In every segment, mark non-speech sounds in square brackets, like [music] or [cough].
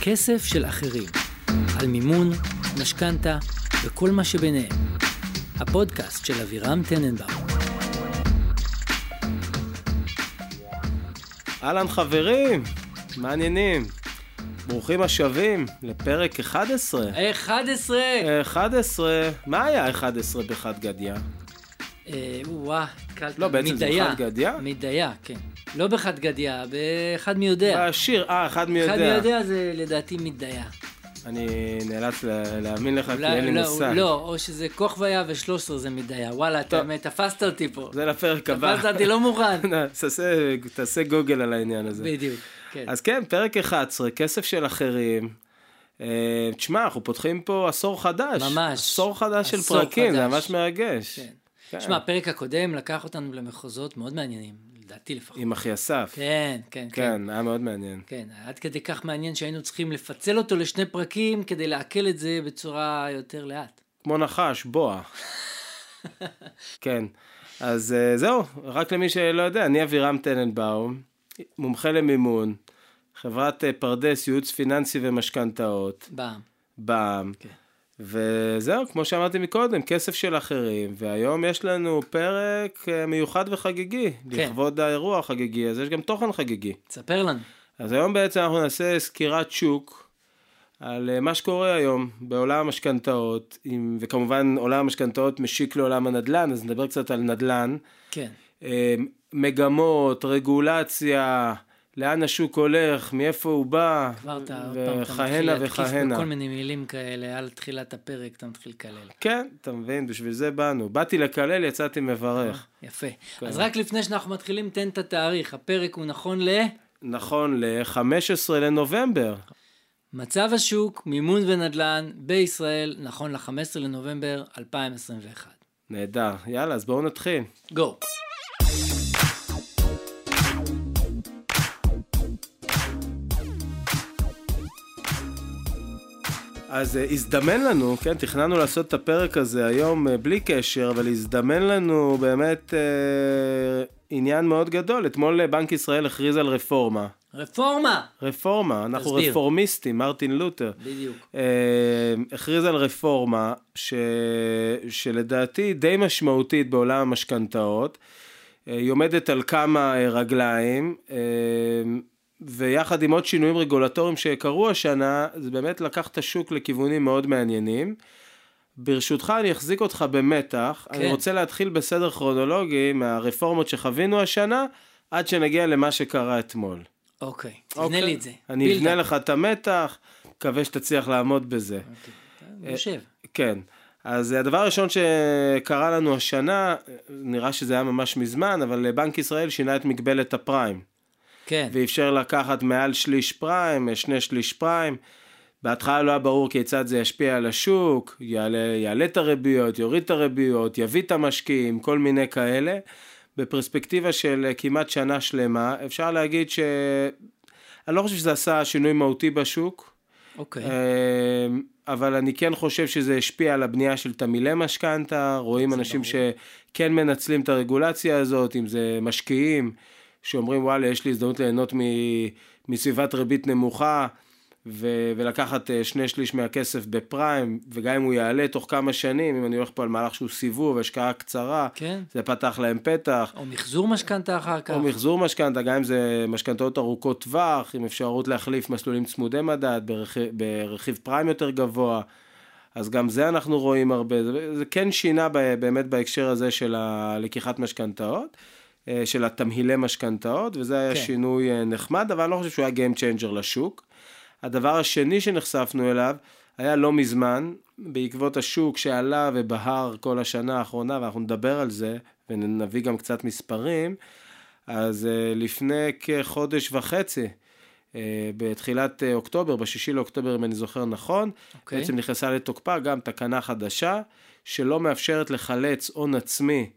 כסף של אחרים, על מימון, משכנתה וכל מה שביניהם. הפודקאסט של אבירם טננבאום. אהלן חברים, מעניינים. ברוכים השבים לפרק 11. 11! 11, מה היה 11 בחד גדיא? אה, וואה, התקלת. לא, בעצם זה מדיה. בחד גדיא? מדיה, כן. לא בחד גדיה, באחד מי יודע. השיר, אה, אחד מי אחד מי יודע. יודע זה לדעתי מדיה. אני נאלץ לה- להאמין לך כי אולי- אין לי לא, מושג. לא, או שזה כוכביה ו-13 זה מדיה. וואלה, אתה טוב. תפסת אותי פה. זה לפרק הבא. תפסת [laughs] אותי לא מוכן. תעשה- תעשה גוגל על העניין הזה. בדיוק, כן. אז כן, פרק 11, כסף של אחרים. אה, תשמע, אנחנו פותחים פה עשור חדש. ממש. עשור חדש של עשור פרקים, זה חדש. ממש מרגש. כן. כן. תשמע, הפרק הקודם לקח אותנו למחוזות מאוד מעניינים, לדעתי לפחות. עם אחי אסף. כן, כן, כן. כן, היה מאוד מעניין. כן, עד כדי כך מעניין שהיינו צריכים לפצל אותו לשני פרקים כדי לעכל את זה בצורה יותר לאט. כמו נחש, בוע. כן, אז אה, זהו, רק למי שלא יודע, אני אבירם טננבאום, מומחה למימון, חברת אה, פרדס, ייעוץ פיננסי ומשכנתאות, בעם. בע"מ, כן. וזהו, כמו שאמרתי מקודם, כסף של אחרים, והיום יש לנו פרק אה, מיוחד וחגיגי, לכבוד האירוע החגיגי, אז יש גם תוכן חגיגי. תספר לנו. אז היום בעצם אנחנו נעשה סקירת שוק על אה, מה שקורה היום בעולם המשכנתאות, עם- וכמובן עולם המשכנתאות משיק לעולם הנדל"ן, אז נדבר קצת על נדל"ן, כן. אה, מגמות, רגולציה, לאן השוק הולך, מאיפה הוא בא, כבר אתה עוד פעם, אתה מתחיל וכהנה להתקיף וכהנה. בכל מיני מילים כאלה, על תחילת הפרק אתה מתחיל לקלל. כן, אתה מבין, בשביל זה באנו. באתי לקלל, יצאתי מברך. יפה. כן. אז רק לפני שאנחנו מתחילים, תן את התאריך. הפרק הוא נכון ל... נכון, ל-15 לנובמבר. מצב השוק, מימון ונדל"ן בישראל, נכון ל-15 לנובמבר 2021. נהדר. יאללה, אז בואו נתחיל. גו. אז אה, הזדמן לנו, כן, תכננו לעשות את הפרק הזה היום אה, בלי קשר, אבל הזדמן לנו באמת אה, עניין מאוד גדול. אתמול אה, בנק ישראל הכריז על רפורמה. רפורמה! רפורמה, אנחנו תסביר. רפורמיסטים, מרטין לותר. בדיוק. אה, הכריז על רפורמה ש... שלדעתי היא די משמעותית בעולם המשכנתאות. אה, היא עומדת על כמה אה, רגליים, אה, ויחד עם עוד שינויים רגולטוריים שקרו השנה, זה באמת לקח את השוק לכיוונים מאוד מעניינים. ברשותך, אני אחזיק אותך במתח. כן. אני רוצה להתחיל בסדר כרונולוגי מהרפורמות שחווינו השנה, עד שנגיע למה שקרה אתמול. אוקיי. תבנה אוקיי. לי את זה. אני בילד אבנה אפ. לך את המתח, מקווה שתצליח לעמוד בזה. אוקיי. אתה יושב. כן. אז הדבר הראשון שקרה לנו השנה, אה, נראה שזה היה ממש מזמן, אבל אה, בנק ישראל שינה את מגבלת הפריים, כן. ואפשר לקחת מעל שליש פריים, שני שליש פריים. בהתחלה לא היה ברור כיצד זה ישפיע על השוק, יעלה, יעלה את הריביות, יוריד את הריביות, יביא את המשקיעים, כל מיני כאלה. בפרספקטיבה של אה, כמעט שנה שלמה, אפשר להגיד ש... אני לא חושב שזה עשה שינוי מהותי בשוק. אוקיי. אמ, אבל אני כן חושב שזה השפיע על הבנייה של תמהילי משכנתה, רואים אנשים שכן מנצלים את הרגולציה הזאת, אם זה משקיעים, שאומרים וואלה, יש לי הזדמנות ליהנות מ... מסביבת ריבית נמוכה, ו... ולקחת אה, שני שליש מהכסף בפריים, וגם אם הוא יעלה תוך כמה שנים, אם אני הולך פה על מהלך שהוא סיבוב, השקעה קצרה, כן. זה פתח להם פתח. או מחזור משכנתה אחר כך. או מחזור משכנתה, גם אם זה משכנתאות ארוכות טווח, עם אפשרות להחליף מסלולים צמודי מדד ברכיב, ברכיב פריים יותר גבוה, אז גם זה אנחנו רואים הרבה, זה, זה כן שינה ב, באמת בהקשר הזה של הלקיחת משכנתאות, אה, של התמהילי משכנתאות, וזה היה כן. כן. שינוי אה, נחמד, אבל אני לא חושב שהוא היה Game Changer לשוק. הדבר השני שנחשפנו אליו היה לא מזמן, בעקבות השוק שעלה ובהר כל השנה האחרונה, ואנחנו נדבר על זה, ונביא גם קצת מספרים, אז אה, לפני כחודש וחצי, אה, בתחילת אה, אוקטובר, בשישי לאוקטובר, אם אני זוכר נכון, okay. אוקיי. בעצם נכנסה לתוקפה גם תקנה חדשה, שלא מאפשרת לחלץ הון עצמי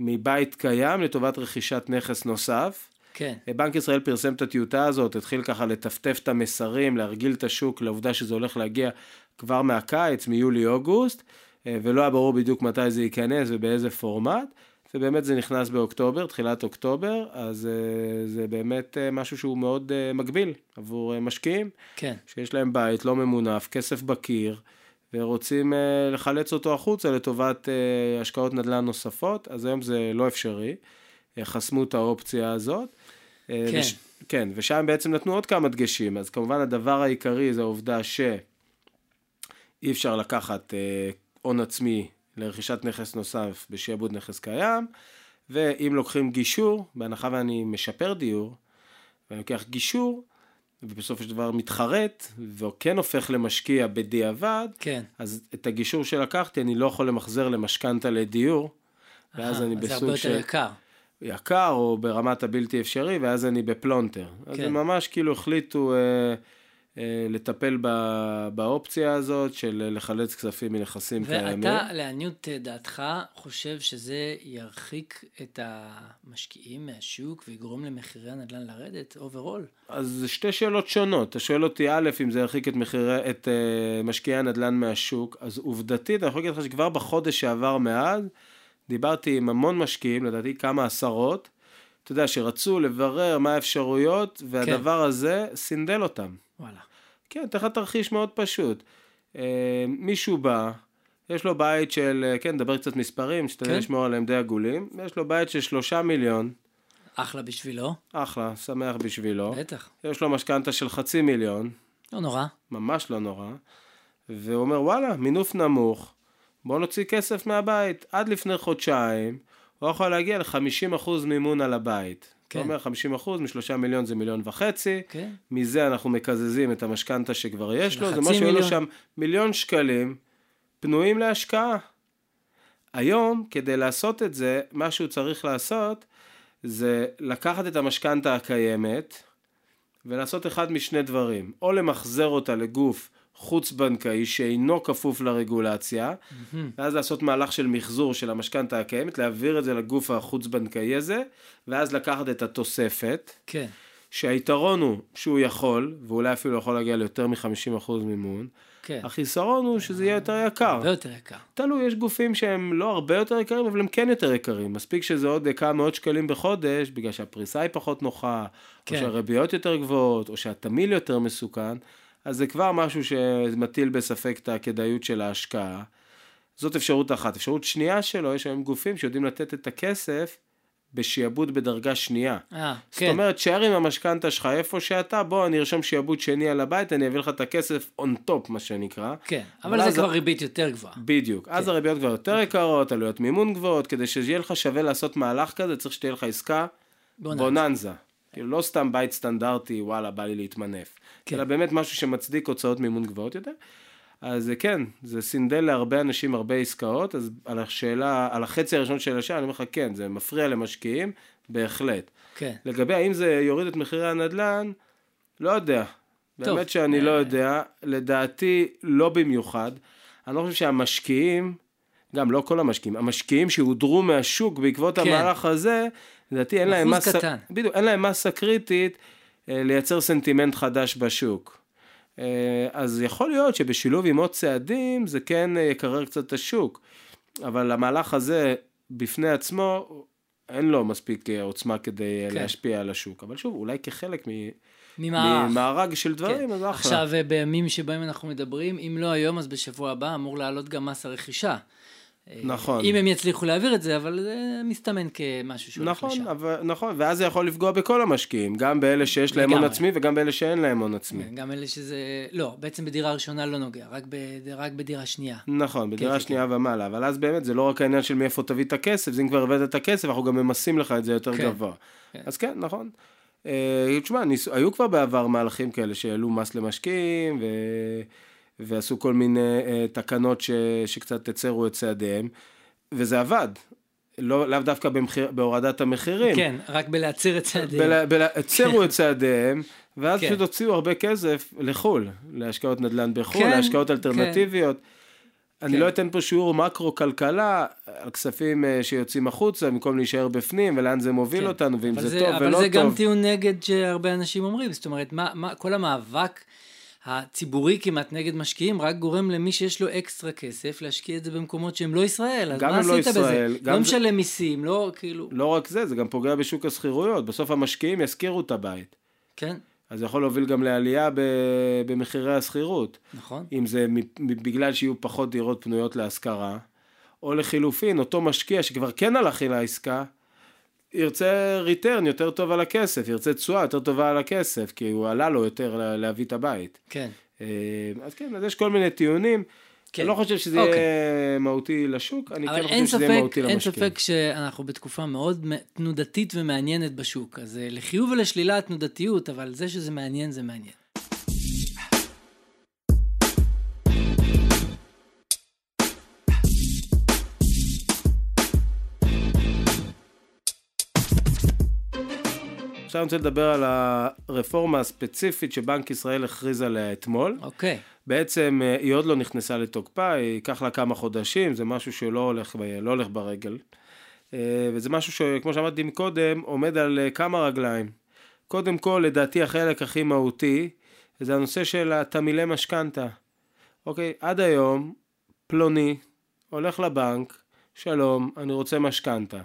מבית קיים לטובת רכישת נכס נוסף. אה, כן. בנק ישראל פרסם את הטיוטה הזאת, התחיל ככה לטפטף את המסרים, להרגיל את השוק לעובדה שזה הולך להגיע כבר מהקיץ, מיולי-אוגוסט, אה, ולא היה ברור בדיוק מתי זה ייכנס ובאיזה פורמט. זה באמת, זה נכנס באוקטובר, תחילת אוקטובר, אז אה, זה באמת אה, משהו שהוא מאוד אה, מגביל עבור אה, משקיעים, כן. שיש להם בית לא ממונף, כסף בקיר, ורוצים אה, לחלץ אותו החוצה לטובת אה, השקעות נדל"ן נוספות, אז היום זה לא אפשרי. אה, חסמו את האופציה הזאת. אה, כן. וש... כן, ושם בעצם נתנו עוד כמה דגשים, אז כמובן הדבר העיקרי זה העובדה שאי אפשר לקחת אה, הון עצמי לרכישת נכס נוסף בשעבוד נכס קיים, ואם לוקחים גישור, בהנחה ואני משפר דיור, ואני לוקח גישור, ובסופו של דבר מתחרט, וכן הופך למשקיע בדיעבד, כן. אז את הגישור שלקחתי אני לא יכול למחזר למשכנתה לדיור, ואז אה, אני זה הרבה בסוג של... יותר יקר. יקר או ברמת הבלתי אפשרי, ואז אני בפלונטר. כן. אז כן. הם ממש כאילו החליטו אה, אה, לטפל ב, באופציה הזאת של אה, לחלץ כספים מנכסים קיימים. ואתה, לעניות אה, דעתך, חושב שזה ירחיק את המשקיעים מהשוק ויגרום למחירי הנדל"ן לרדת, אוברול? אז זה שתי שאלות שונות. אתה שואל אותי, א', אם זה ירחיק את, מחירי, את אה, משקיעי הנדל"ן מהשוק, אז עובדתית, אני יכול להגיד לך שכבר בחודש שעבר מאז, דיברתי עם המון משקיעים, לדעתי כמה עשרות, אתה יודע, שרצו לברר מה האפשרויות, והדבר כן. הזה סינדל אותם. וואלה. כן, אתן לך תרחיש מאוד פשוט. אה, מישהו בא, יש לו בית של, אה, כן, נדבר קצת מספרים, שתדע כן. לשמור עליהם די עגולים, יש לו בית של שלושה מיליון, אחלה בשבילו, אחלה, שמח בשבילו. בטח. יש לו משכנתה של חצי מיליון, לא נורא. ממש לא נורא, והוא אומר, וואלה, מינוף נמוך, בוא נוציא כסף מהבית. עד לפני חודשיים, הוא יכול להגיע ל-50% מימון על הבית. כן. כן. אומר 50% משלושה מיליון זה מיליון וחצי, כן. מזה אנחנו מקזזים את המשכנתה שכבר יש לו, זה החצי משהו שאין לו מיליון. שם מיליון שקלים פנויים להשקעה. היום, כדי לעשות את זה, מה שהוא צריך לעשות, זה לקחת את המשכנתה הקיימת, ולעשות אחד משני דברים, או למחזר אותה לגוף חוץ-בנקאי שאינו כפוף לרגולציה, ואז לעשות מהלך של מחזור של המשכנתה הקיימת, להעביר את זה לגוף החוץ-בנקאי הזה, ואז לקחת את התוספת. כן. שהיתרון הוא שהוא יכול, ואולי אפילו יכול להגיע ליותר מ-50% מימון, כן. אה. החיסרון הוא שזה יהיה יותר יקר. הרבה יותר יקר. תלוי, יש גופים שהם לא הרבה יותר יקרים, אבל הם כן יותר יקרים. מספיק שזה עוד כמה מאות שקלים בחודש, בגלל שהפריסה היא פחות נוחה, כן. או שהריביות יותר גבוהות, או שהתמיל יותר מסוכן, אז זה כבר משהו שמטיל בספק את הכדאיות של ההשקעה. זאת אפשרות אחת. אפשרות שנייה שלו, יש היום גופים שיודעים לתת את הכסף בשעבוד בדרגה שנייה. אה, זאת כן. אומרת, שער עם המשכנתה שלך איפה שאתה, בוא, אני ארשום שיעבוד שני על הבית, אני אביא לך את הכסף on top, מה שנקרא. כן. אבל אבל זה אז- כבר כן. אוקיי. ריבית יותר גבוהה. בדיוק. אז הריביות כבר יותר יקרות, עלויות מימון גבוהות, כדי שיהיה לך שווה לעשות מהלך כזה, צריך שתהיה לך עסקה בוננזה. בוננזה. כאילו, לא סתם בית סטנדרטי, וואלה, בא לי להתמנף. כן. אלא באמת משהו שמצדיק הוצאות מימון גבוהות יותר. אז אה, כן, זה סינדל להרבה אנשים הרבה עסקאות, אז על השאלה, על החצי הראשון של השאלה, אני אומר לך, כן, זה מפריע למשקיעים, בהחלט. כן. לגבי האם זה יוריד את מחירי הנדל"ן, לא יודע. טוב. אה, באמת שאני לא יודע, לדעתי לא במיוחד. אני לא חושב שהמשקיעים, גם לא כל המשקיעים, המשקיעים שהודרו מהשוק בעקבות כן. המהלך הזה, לדעתי אין להם, אחוז מסה, קטן. בדיוק, אין להם מסה קריטית אה, לייצר סנטימנט חדש בשוק. אה, אז יכול להיות שבשילוב עם עוד צעדים זה כן אה, יקרר קצת את השוק, אבל המהלך הזה בפני עצמו אין לו מספיק אה, עוצמה כדי כן. כן. להשפיע על השוק, אבל שוב, אולי כחלק מ... ממערך. ממארג של דברים, אה, כן. אז אחלה. עכשיו, אה, בימים שבהם אנחנו מדברים, אם לא היום, אז בשבוע הבא אמור לעלות גם מס הרכישה. אה, נכון. אם הם יצליחו להעביר את זה, אבל זה מסתמן כמשהו שהולך נכון, לשם. אבל, נכון, ואז זה יכול לפגוע בכל המשקיעים, גם באלה שיש להם הון לגמרי. עצמי וגם באלה שאין להם הון עצמי. כן, גם אלה שזה... לא, בעצם בדירה ראשונה לא נוגע, רק, בד... רק בדירה שנייה. נכון, כן, בדירה כן. שנייה ומעלה, אבל אז באמת זה לא רק העניין של מאיפה תביא את הכסף, זה אם כבר הבאת את הכסף, אנחנו גם ממסים לך את זה יותר כן. גבוה. כן. אז כן, נכון. אה, תשמע, ניס- היו כבר בעבר מהלכים כאלה שהעלו מס למשקיעים, ו... ועשו כל מיני אה, תקנות ש... שקצת הצרו את צעדיהם, וזה עבד. לא, לאו דווקא במחיר, בהורדת המחירים. כן, רק בלהצהיר את צעדים. נכון. בלה- בלה- הצרו את צעדיהם, ואז כן. פשוט הוציאו הרבה כסף לחו"ל, להשקעות נדל"ן בחו"ל, כן, להשקעות כן. אלטרנטיביות. אני כן. לא אתן פה שיעור מקרו-כלכלה על כספים אה, שיוצאים החוצה במקום להישאר בפנים ולאן זה מוביל כן. אותנו ואם אבל זה טוב אבל ולא זה גם טוב. טיעון נגד שהרבה אנשים אומרים. זאת אומרת, מה, מה, כל המאבק הציבורי כמעט נגד משקיעים רק גורם למי שיש לו אקסטרה כסף להשקיע את זה במקומות שהם לא ישראל. אז גם מה אם לא עשית ישראל, בזה? גם לא זה- משלם מיסים, לא כאילו... לא רק זה, זה גם פוגע בשוק השכירויות. בסוף המשקיעים ישכירו את הבית. כן, אז זה יכול להוביל גם לעלייה ב- במחירי השכירות. נכון. אם זה מ- מ- בגלל שיהיו פחות דירות פנויות להשכרה, או לחילופין, אותו משקיע שכבר כן הלך אל העסקה, ירצה ריטרן יותר טוב על הכסף, ירצה תשואה יותר טובה על הכסף, כי הוא עלה לו יותר לה- להביא את הבית. כן. אה, אז כן, אז יש כל מיני טיעונים. כן. אני לא חושב שזה אוקיי. יהיה מהותי לשוק, אני כן אבל חושב אין שזה יהיה ספק, מהותי אין למשקיעים. ספק שאנחנו בתקופה מאוד מ- תנודתית ומעניינת בשוק. אז אה, לחיוב ולשלילה התנודתיות, אבל זה שזה מעניין, זה מעניין. עכשיו אני רוצה לדבר על הרפורמה הספציפית שבנק ישראל הכריז עליה אתמול. אוקיי, בעצם אה, היא עוד לא נכנסה לתוקפה, היא ייקח לה כמה חודשים, זה משהו שלא הולך, ב- לא הולך ברגל. אה, וזה משהו שכמו שאמרתי קודם, עומד על אה, כמה רגליים. קודם כל, לדעתי החלק הכי מהותי, זה הנושא של התמהילי משכנתה. אוקיי, עד היום, פלוני הולך לבנק, שלום, אני רוצה משכנתה.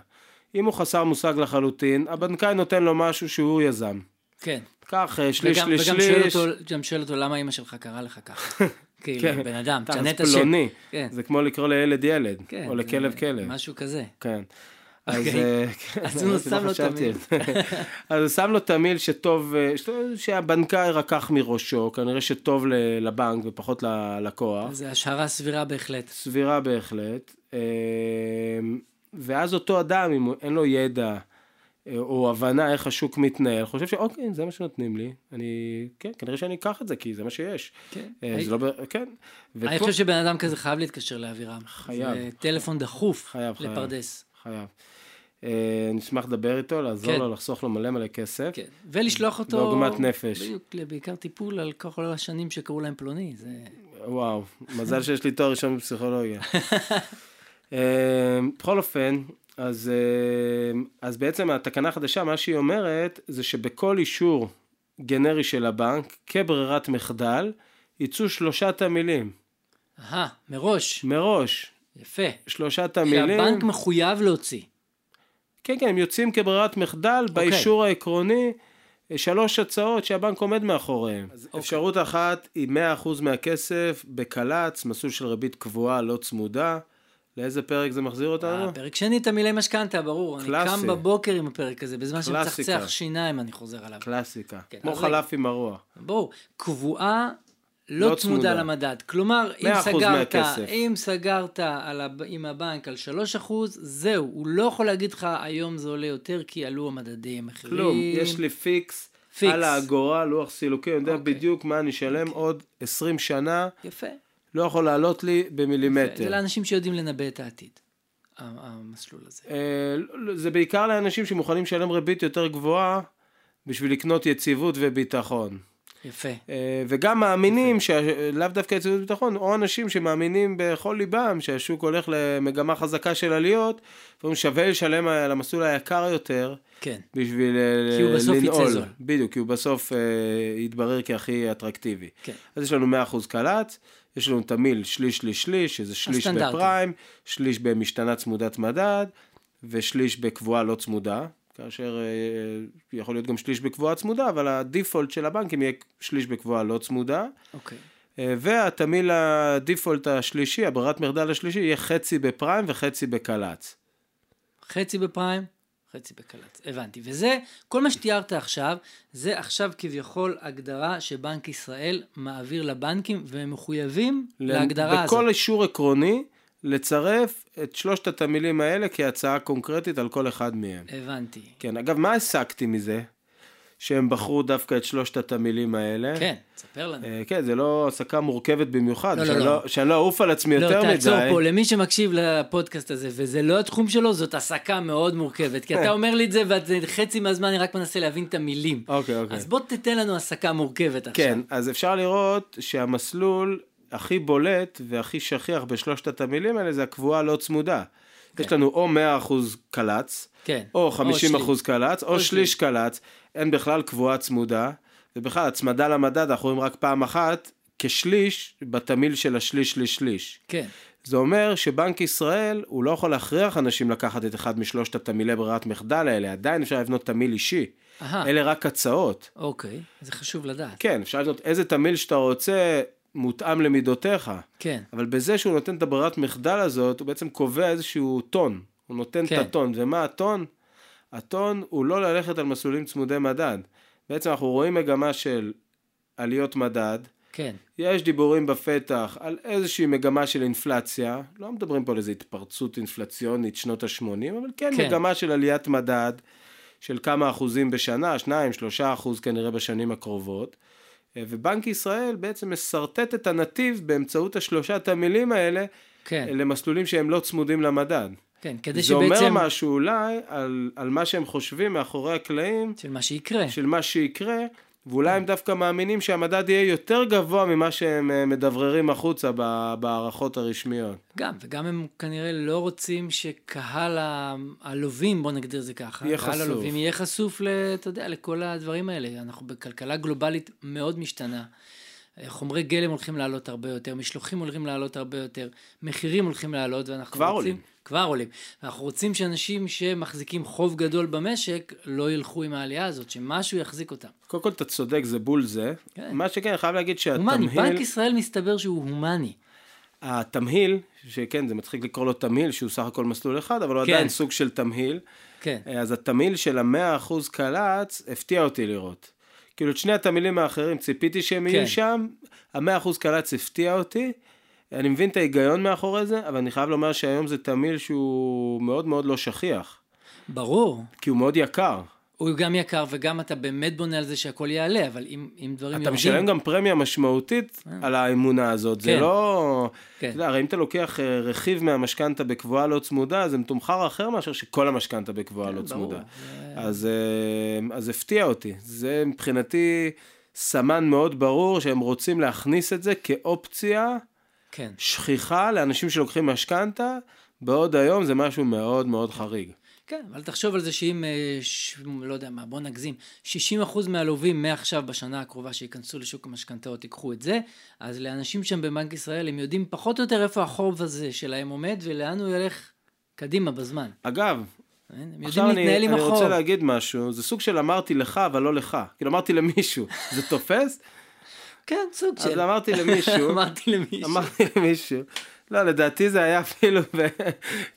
אם הוא חסר מושג לחלוטין, הבנקאי נותן לו משהו שהוא יזם. כן. קח אה, שליש, וגם, שליש, וגם שואל שליש. אותו, גם שואל אותו למה אמא שלך קראה לך [laughs] ככה. כאילו, כן. בן אדם, אתה תשנה את אז השם. פלוני. כן. זה כמו לקרוא לילד ילד, כן, זה או לכלב כלב. משהו כזה. כן. אז [laughs] אוקיי. [laughs] אה, כן, אז הוא האמת שלא שם לו חשבתי תמיל. על [laughs] זה. אז הוא שם לו תמיל שטוב, אה, ש- שהבנקאי רקח מראשו, כנראה שטוב ל- לבנק ופחות ללקוח. זו השערה סבירה בהחלט. סבירה בהחלט. אה, ואז אותו אדם, אם הוא- אין לו ידע אה, או הבנה איך השוק מתנהל, חושב שאוקיי, זה מה שנותנים לי, אני, כן, כנראה שאני אקח את זה, כי זה מה שיש. כן. אה, אני- זה לא, ב- כן. ופה- אני חושב שבן אדם כזה חייב להתקשר לאבירם. חייב. זה טלפון דחוף. חייב, חייב. לפרדס. חייב. אה, נשמח לדבר איתו, לעזור כן. לו, לחסוך לו מלא מלא כסף. כן. ולשלוח אותו... בעוגמת נפש. בדיוק, בעיקר טיפול על כל השנים שקראו להם פלוני. זה... [laughs] וואו, מזל שיש לי תואר ראשון בפסיכולוגיה. אה, בכל אופן, אז, אה, אז בעצם התקנה החדשה, מה שהיא אומרת, זה שבכל אישור גנרי של הבנק, כברירת מחדל, יצאו שלושת המילים. אהה, מראש. מראש, יפה. שלושת המילים. שהבנק מחויב להוציא. כן, כן, הם יוצאים כברירת מחדל okay. אוקיי. באישור העקרוני, אה, שלוש הצעות שהבנק עומד מאחוריהן. אז okay. אוקיי. אפשרות אחת היא 100% מהכסף בקל"צ, מסלול של ריבית קבועה, לא צמודה. לאיזה פרק זה מחזיר אותנו? אה, פרק שני, תמילי משכנתה, ברור. אני קלאסי. קם בבוקר עם הפרק הזה, בזמן קלאסיקה. שמצחצח שיניים, אני חוזר עליו. קלאסיקה. כן, כמו אז חלף עם הרוח. בואו, קבועה לא לא צמודה. צמודה למדד. כלומר, אם 100% סגרת, מהכסף. אם סגרת על הב... עם הבנק על 3%, זהו, הוא לא יכול להגיד לך, היום זה עולה יותר כי עלו המדדים, מחירים. כלום, יש לי פיקס, פיקס. על האגורה, לוח סילוקי, אני יודע אוקיי. בדיוק מה אני אשלם עוד 20 שנה, יפה. לא יכול לעלות לי זה במילימטר. לאנשים שיודעים לנבא את העתיד, ה- המסלול הזה. אה, לא- זה בעיקר לאנשים שמוכנים לשלם ריבית יותר גבוהה בשביל לקנות יציבות וביטחון. יפה. אה, אה, וגם מאמינים, שה- לאו דווקא יציבות ביטחון, או אנשים שמאמינים בכל ליבם שהשוק הולך למגמה חזקה של עליות, ואומרים שווה לשלם על המסלול היקר יותר כן, בשביל אה, כי הוא בסוף יצא לנעול. זול. בדיוק, כי הוא בסוף אה, יתברר כהכי אטרקטיבי. כן. אז יש לנו 100% קל"צ, יש לנו תמיל שליש, שליש, שליש, שזה שליש הסטנדרטי. בפריים, שליש במשתנה צמודת מדד, ושליש בקבועה לא צמודה, כאשר אה, יכול להיות גם שליש בקבועה צמודה, אבל הדיפולט של הבנקים יהיה שליש בקבועה לא צמודה, אוקיי. אה, והתמיל הדיפולט השלישי, הברירת מחדל השלישי, יהיה חצי בפריים וחצי בקל"צ. חצי בפריים, חצי בקל"צ. הבנתי. וזה, כל מה שתיארת עכשיו, זה עכשיו כביכול הגדרה שבנק ישראל מעביר לבנקים, והם מחויבים להגדרה בכל הזאת. אישור עקרוני, לצרף את שלושת התמילים האלה כהצעה קונקרטית על כל אחד מהם. הבנתי. כן, אגב, מה הסקתי מזה? שהם בחרו דווקא את שלושת התמילים האלה. כן, תספר לנו. אה, כן, זה לא הסקה מורכבת במיוחד, לא, לא, שאני, לא. לא, שאני לא אעוף על עצמי יותר לא, מדי. תעצור פה, למי שמקשיב לפודקאסט הזה, וזה לא התחום שלו, זאת הסקה מאוד מורכבת. כי אה. אתה אומר לי את זה, וחצי מהזמן אני רק מנסה להבין את המילים. אוקיי, אוקיי. אז בוא תיתן לנו הסקה מורכבת עכשיו. כן, אז אפשר לראות שהמסלול הכי בולט והכי שכיח בשלושת התמילים האלה זה הקבועה הלא צמודה. יש לנו או 100% קל"צ, כן. או 50% שליש. קל"צ, או או שליש קל"צ, אין בכלל קבועה צמודה, ובכלל, הצמדה למדד, אנחנו רואים רק פעם אחת, כשליש בתמהיל של השליש, שליש, שליש. כן. זה אומר שבנק ישראל, הוא לא יכול להכריח אנשים לקחת את אחד משלושת התמהילי ברירת מחדל האלה, עדיין אפשר לבנות תמהיל אישי. אהה, אלה רק הצעות. אוקיי, זה חשוב לדעת. כן, אפשר לבנות איזה תמהיל שאתה רוצה, מותאם למידותיך. כן, אבל בזה שהוא נותן את הברירת מחדל הזאת, הוא בעצם קובע איזשהו טון. הוא נותן כן. את הטון, ומה הטון? הטון הוא לא ללכת על מסלולים צמודי מדד. בעצם אנחנו רואים מגמה של עליות מדד, כן, יש דיבורים בפתח על איזושהי מגמה של אינפלציה, לא מדברים פה על איזו התפרצות אינפלציונית שנות ה-80, אבל כן, כן. כן מגמה של עליית מדד של כמה אחוזים בשנה, שניים, שלושה אחוז כנראה בשנים הקרובות, אה, ובנק ישראל בעצם משרטט את הנתיב באמצעות השלושת המילים האלה כן, כן. למסלולים שהם לא צמודים למדד. כן, כדי זה שבעצם... שבעצם... אומר משהו אולי על, על מה שהם חושבים מאחורי הקלעים של מה שיקרה. של מה שיקרה, ואולי הם דווקא מאמינים שהמדד יהיה יותר גבוה ממה שהם אה, מדבררים החוצה ב- בהערכות הרשמיות. גם, וגם הם כנראה לא רוצים שקהל ה- הלווים, בוא נגדיר זה ככה, יהיה קהל חשוף. הלווים יהיה חשוף, ל- אתה יודע, לכל הדברים האלה. אנחנו בכלכלה גלובלית מאוד משתנה. חומרי גלם הולכים לעלות הרבה יותר, משלוחים הולכים לעלות הרבה יותר, מחירים הולכים לעלות, ואנחנו כבר רוצים... עולים. כבר עולים. ואנחנו רוצים שאנשים שמחזיקים חוב גדול במשק, לא ילכו עם העלייה הזאת, שמשהו יחזיק אותם. קודם כל, אתה צודק, זה בול זה. כן. מה שכן, אני חייב להגיד הומני, בנק שהתמהיל, ישראל מסתבר שהוא הומני. התמהיל, שכן, זה מצחיק לקרוא לו תמהיל, שהוא סך הכל מסלול אחד, אבל הוא כן. עדיין סוג של תמהיל. כן, אה, אז התמהיל של המאה אחוז קל"צ הפתיע אותי לראות. כאילו, את שני התמהילים האחרים ציפיתי שהם כן. יהיו שם, המאה אחוז קל"צ הפתיע אותי. אני מבין את ההיגיון מאחורי זה, אבל אני חייב לומר שהיום זה תמהיל שהוא מאוד מאוד לא שכיח, ברור. כי הוא מאוד יקר. הוא גם יקר וגם אתה באמת בונה על זה שהכל יעלה, אבל אם, אם דברים אתה משלם גם פרמיה משמעותית על האמונה הזאת, זה אה. כן. לא... כן. אתה יודע, הרי אם אתה לוקח אה, רכיב מהמשכנתה בקבועה לא צמודה, זה מתומחר אחר מאשר שכל המשכנתה בקבועה לא כן, ברור. צמודה. זה- אז, אה, אז הפתיע אותי. זה מבחינתי סמן מאוד ברור שהם רוצים להכניס את זה כאופציה כן. שכיחה לאנשים שלוקחים משכנתה, בעוד היום זה משהו מאוד מאוד חריג. כן, אבל תחשוב על זה שאם, אה, ש... לא יודע מה, בוא נגזים, 60% מהלווים מעכשיו בשנה הקרובה שייכנסו לשוק המשכנתאות ייקחו את זה, אז לאנשים שם בבנק ישראל, הם יודעים פחות או יותר איפה החוב הזה שלהם עומד ולאן הוא ילך קדימה בזמן. אגב, הם יודעים עכשיו להתנהל אני, עם אני החוב. רוצה להגיד משהו, זה סוג של אמרתי לך, אבל לא לך. כאילו אמרתי למישהו, זה תופס? כן, סוג אז של... אמרתי למישהו, [laughs] אמרתי למישהו. אמרתי למישהו, לא, לדעתי זה היה אפילו, ב-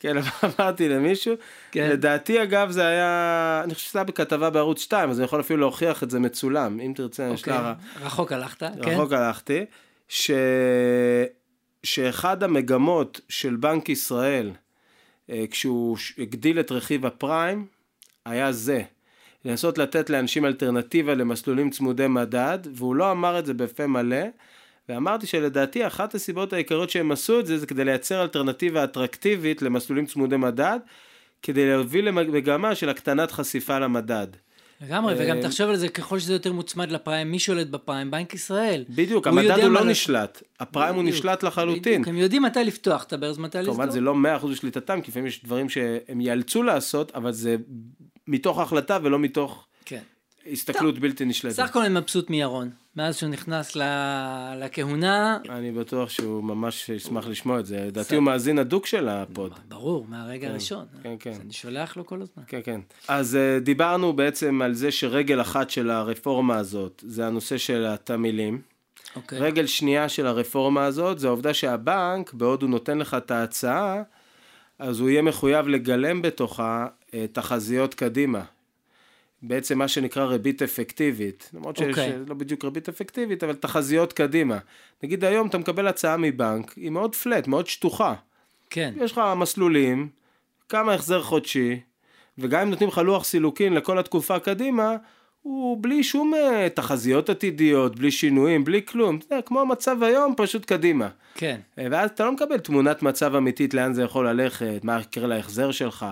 כן, אבל [laughs] אמרתי למישהו, כן. לדעתי אגב זה היה, אני חושב שזה היה בכתבה בערוץ 2, אז אני יכול אפילו להוכיח את זה מצולם, אם תרצה, אני אוקיי, אשלח, לך. רחוק הלכת, כן? רחוק הלכתי, ש... שאחד המגמות של בנק ישראל, אה, כשהוא ש- הגדיל את רכיב הפריים, היה זה. לנסות לתת לאנשים אלטרנטיבה למסלולים צמודי מדד, והוא לא אמר את זה בפה מלא, ואמרתי שלדעתי אחת הסיבות העיקריות שהם עשו את זה, זה כדי לייצר אלטרנטיבה אטרקטיבית למסלולים צמודי מדד, כדי להוביל למגמה של הקטנת חשיפה למדד. לגמרי, וגם אה, תחשוב על זה, ככל שזה יותר מוצמד לפריים, מי שולט בפריים? בנק ישראל. בדיוק, הוא המדד יודע הוא מה לא לעשות. נשלט, הפריים הוא בדיוק, נשלט לחלוטין. בדיוק, הם יודעים מתי לפתוח את הברז, מתי לסגור. כמובן זה לא 100% בשליטתם, כי לפעמים יש דברים שהם ייאלצו לעשות, אבל זה מתוך החלטה ולא מתוך כן. הסתכלות בלתי נשלטת. סך הכל אני מבסוט מירון, מאז שהוא נכנס ל- לכהונה, אני בטוח שהוא ממש ישמח לשמוע את זה. לדעתי בסדר. נכון. הוא מאזין הדוק של הפוד. ברור, מהרגע הראשון. כן, כן. אז אני שולח לו כל הזמן. כן, כן. אז אה, דיברנו בעצם על זה שרגל אחת של הרפורמה הזאת, זה הנושא של התמהילים. אוקיי. רגל שנייה של הרפורמה הזאת, זה העובדה שהבנק, בעוד הוא נותן לך את ההצעה, אז הוא יהיה מחויב לגלם בתוכה אה, תחזיות קדימה. בעצם מה שנקרא ריבית אפקטיבית. למרות שיש אוקיי. okay. לא בדיוק ריבית אפקטיבית, אבל תחזיות קדימה. נגיד היום אתה מקבל הצעה מבנק, היא מאוד פלט, מאוד שטוחה. כן, יש לך מסלולים, כמה החזר חודשי, וגם אם נותנים לך לוח סילוקין לכל התקופה קדימה, הוא בלי שום אה, תחזיות עתידיות, בלי שינויים, בלי כלום. זה כמו המצב היום, פשוט קדימה. כן. אה, ואז אתה לא מקבל תמונת מצב אמיתית לאן זה יכול ללכת, מה יקרה להחזר שלך.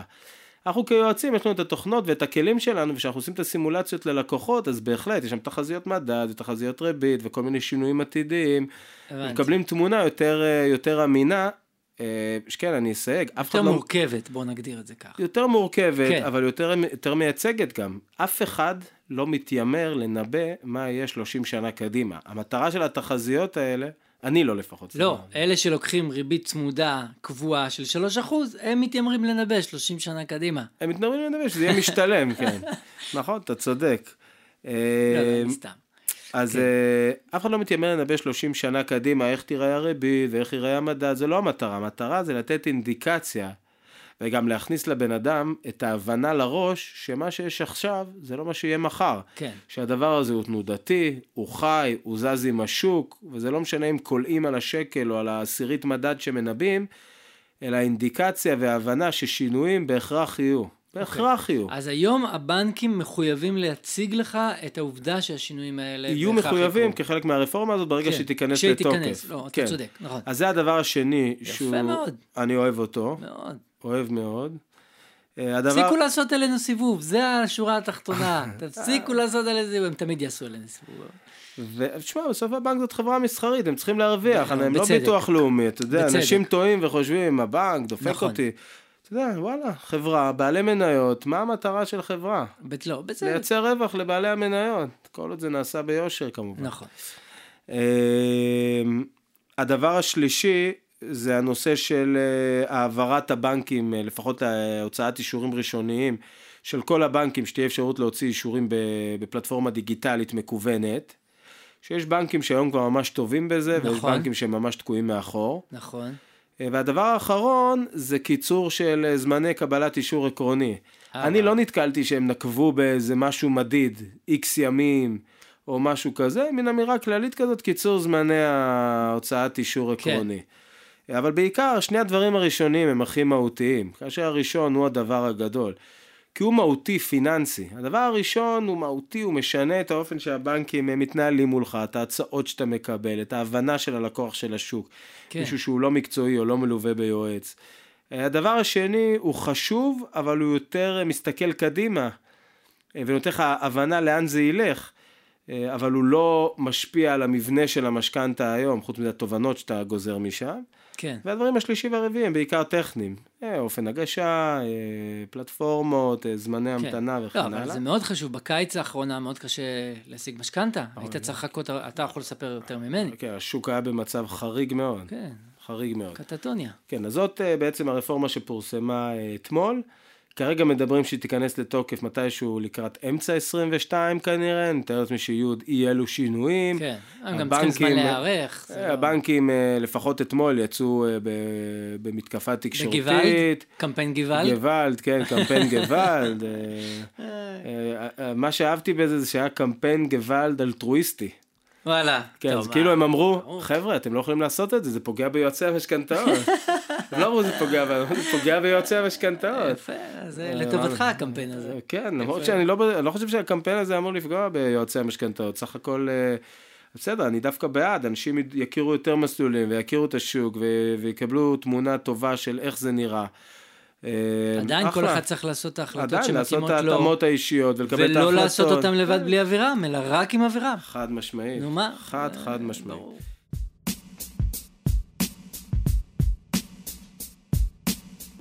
אנחנו כיועצים, יש לנו את התוכנות ואת הכלים שלנו, וכשאנחנו עושים את הסימולציות ללקוחות, אז בהחלט, יש שם תחזיות מדד, ותחזיות ריבית, וכל מיני שינויים עתידיים, הבנתי. מקבלים תמונה יותר, אה, יותר אמינה אה, שכן, אני אסייג, אף אחד יותר לא... מורכבת, בוא נגדיר את זה ככה. יותר מורכבת, כן. כן. אבל יותר, יותר מייצגת גם. אף אחד לא מתיימר לנבא מה יהיה 30 שנה קדימה. המטרה של התחזיות האלה, אני לא לפחות. לא, סבבה. אלה שלוקחים ריבית צמודה קבועה של 3%, הם מתיימרים לנבא 30 שנה קדימה. הם מתנבאים לנבא שזה יהיה [laughs] משתלם, כן. נכון, אתה צודק. לא, אה, לא, סתם. כן. אז אה, אף אחד לא מתיימר לנבא 30 שנה קדימה איך תיראה הריבית ואיך ייראה המדד, זה לא המטרה. המטרה זה לתת אינדיקציה וגם להכניס לבן אדם את ההבנה לראש שמה שיש עכשיו זה לא מה שיהיה מחר. כן. שהדבר הזה הוא תנודתי, הוא חי, הוא זז עם השוק, וזה לא משנה אם קולעים על השקל או על העשירית מדד שמנבאים, אלא אינדיקציה והבנה ששינויים בהכרח יהיו. בהכרח יהיו. אוקיי. אז היום הבנקים מחויבים להציג לך את העובדה שהשינויים האלה... יהיו בהכרח מחויבים יקרו. כחלק מהרפורמה הזאת ברגע כן, שהיא תיכנס כשהיא לתוקף. תיכנס, לא, אתה כן. צודק, נכון. אז זה הדבר השני יפה שהוא... מאוד. אני אוהב אותו, מאוד. אוהב מאוד. אה, הדבר... תפסיקו לעשות עלינו סיבוב, זה השורה [laughs] התחתונה. תפסיקו לעשות עלינו סיבוב, הם תמיד יעשו עלינו סיבוב. ו- תשמע, בסוף הבנק זאת חברה מסחרית, הם צריכים להרוויח, נכון, הם לא בצדק. ביטוח לאומי, אתה יודע, בצדק. אנשים טועים וחושבים, הבנק דופק נכון. אותי. אתה יודע, וואלה, חברה, בעלי מניות, מה המטרה של חברה? בית- לא, בסדר. לייצר רווח לבעלי המניות, כל עוד זה נעשה ביושר כמובן. נכון. אמ, הדבר השלישי זה הנושא של אה, העברת הבנקים, אה, לפחות אה, הוצאת אישורים ראשוניים של כל הבנקים, שתהיה אפשרות להוציא אישורים ב- בפלטפורמה דיגיטלית מקוונת. שיש בנקים שהיום כבר ממש טובים בזה, נכון. ויש נכון. בנקים שהם ממש תקועים מאחור. נכון. אה, והדבר האחרון זה קיצור של אה, זמני קבלת אישור עקרוני. אה. אני לא נתקלתי שהם נקבו באיזה משהו מדיד, איקס ימים או משהו כזה, מין אמירה כללית כזאת, קיצור זמני ההוצאת אישור כן. עקרוני. אה, אבל בעיקר, שני הדברים הראשונים הם הכי מהותיים, כאשר הראשון הוא הדבר הגדול. כי הוא מהותי פיננסי. הדבר הראשון הוא מהותי, הוא משנה את האופן שהבנקים אה, מתנהלים מולך, את ההצעות שאתה מקבל, את ההבנה של הלקוח של השוק. כן. כן. מישהו שהוא לא מקצועי או לא מלווה ביועץ. אה, הדבר השני הוא חשוב, אבל הוא יותר אה, מסתכל קדימה, אה, ונותן לך הבנה לאן זה ילך, אה, אבל הוא לא משפיע על המבנה של המשכנתה היום, חוץ מזה התובנות שאתה גוזר משם. כן. והדברים השלישי והרביעי הם בעיקר טכניים. אה, אופן הגשה, אה, פלטפורמות, אה, זמני כן. המתנה וכן לא, אבל הלאה. זה מאוד חשוב. בקיץ האחרון היה מאוד קשה להשיג משכנתה. היית צריך לחכות, אתה יכול לספר יותר ממני. כן, השוק היה במצב חריג מאוד, כן, חריג מאוד. קטטוניה. כן, אז זאת אה, בעצם הרפורמה שפורסמה אה, אתמול. כרגע מדברים שהיא תיכנס לתוקף מתישהו לקראת אמצע 22 כנראה, נתאר לעצמי שיהיו עוד אי אלו שינויים. כן. הם גם צריכים זמן הבנקים- להיערך. זה אה, לא- הבנקים, אה, לפחות אתמול, יצאו אה, ב- במתקפה בגוואלד? תקשורתית. קמפיין גוואלד? גוואלד, כן, [laughs] קמפיין גוואלד. אה, אה, אה, מה שאהבתי בזה זה שהיה קמפיין גוואלד אלטרואיסטי. וואלה. כן, טוב, אה, אז מה? כאילו הם אמרו, חבר'ה, אתם לא יכולים לעשות את זה, זה פוגע ביועצי המשכנתאות. [laughs] הם לא אמרו זה פוגע, ב- זה פוגע ביועצי המשכנתאות. יפה, אה, זה לטובתך הקמפיין הזה. כן, למרות שאני לא, ב- אני לא חושב שהקמפיין הזה אמור לפגוע ביועצי המשכנתאות, סך הכל, אה, בסדר, אני דווקא בעד, אנשים יד- יכירו יותר מסלולים ויכירו את השוק ו- ויקבלו תמונה טובה של איך זה נראה. אה, עדיין כל אחלה. אחד צריך לעשות את ההחלטות עדיין, לעשות שמתאימות את לו, ההתאמות האישיות ולקבל את ההחלטות. אה. ולא לעשות אותן לבד בלי אבירם, אלא רק עם אבירם. חד משמעית. נו מה? חד אה, חד משמעית. ברור.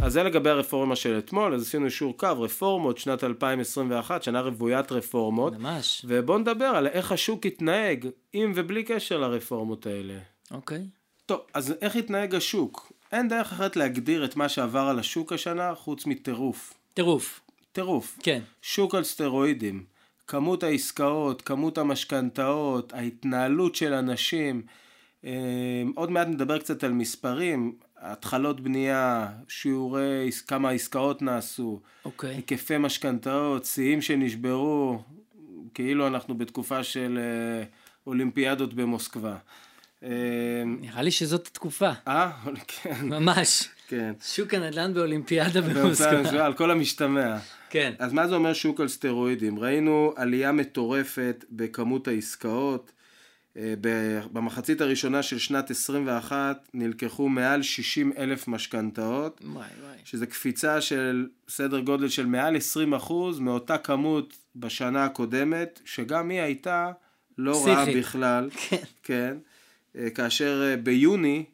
אז זה לגבי הרפורמה של אתמול, אז עשינו אישור קו, רפורמות, שנת 2021, שנה רוויית רפורמות. ממש, ובואו נדבר על איך השוק התנהג, עם ובלי קשר לרפורמות האלה. אוקיי. טוב, אז איך התנהג השוק? אין דרך אחרת להגדיר את מה שעבר על השוק השנה, חוץ מטירוף. טירוף, טירוף. כן. שוק על סטרואידים. כמות העסקאות, כמות המשכנתאות, ההתנהלות של אנשים. אה, עוד מעט נדבר קצת על מספרים, התחלות בנייה, שיעורי, עס- כמה עסקאות נעשו, אוקיי. היקפי משכנתאות, שיאים שנשברו, כאילו אנחנו בתקופה של אה, אולימפיאדות במוסקבה. אה, נראה לי שזאת [laughs] התקופה, אה? כן, ממש. כן. שוק הנדל"ן באולימפיאדה במוסקבה. במוסקבה, על כל המשתמע. כן. אז מה זה אומר שוק על סטרואידים? ראינו עלייה מטורפת בכמות העסקאות. אה, ב- במחצית הראשונה של שנת 21 נלקחו מעל 60 אלף משכנתאות, וואי וואי. שזה קפיצה של סדר גודל של מעל 20 אחוז מאותה כמות בשנה הקודמת, שגם היא הייתה לא רעה פסיכית. בכלל. [laughs] כן. כן. אה, כאשר אה, ביוני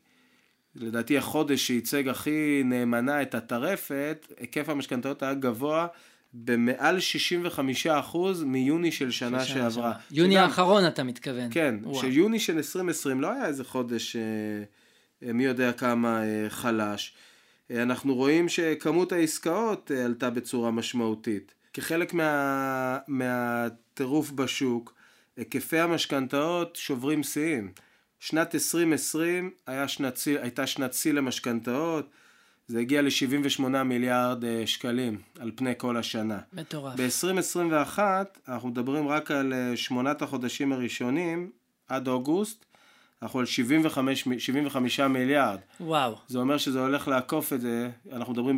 לדעתי החודש שייצג הכי נאמנה את הטרפת, היקף המשכנתאות היה גבוה במעל 65% מיוני של שנה של שנה שעברה. שעברה. יוני שגם- האחרון אתה מתכוון. כן, וואו. של יוני של 2020 לא היה איזה חודש אה, אה, מי יודע כמה אה, חלש. אה, אנחנו רואים שכמות העסקאות אה, עלתה בצורה משמעותית. כחלק מה, מהטירוף בשוק, היקפי המשכנתאות שוברים שיאים. שנת 2020 היה שנת, שיא- הייתה שנת שיא למשכנתאות, זה הגיע ל-78 מיליארד אה, שקלים על פני כל השנה. מטורף. ב-2021 אנחנו מדברים רק על אה, שמונת החודשים הראשונים עד אוגוסט, אנחנו על 75, מ- 75 מיליארד. וואו. זה אומר שזה הולך לעקוף את זה, אנחנו מדברים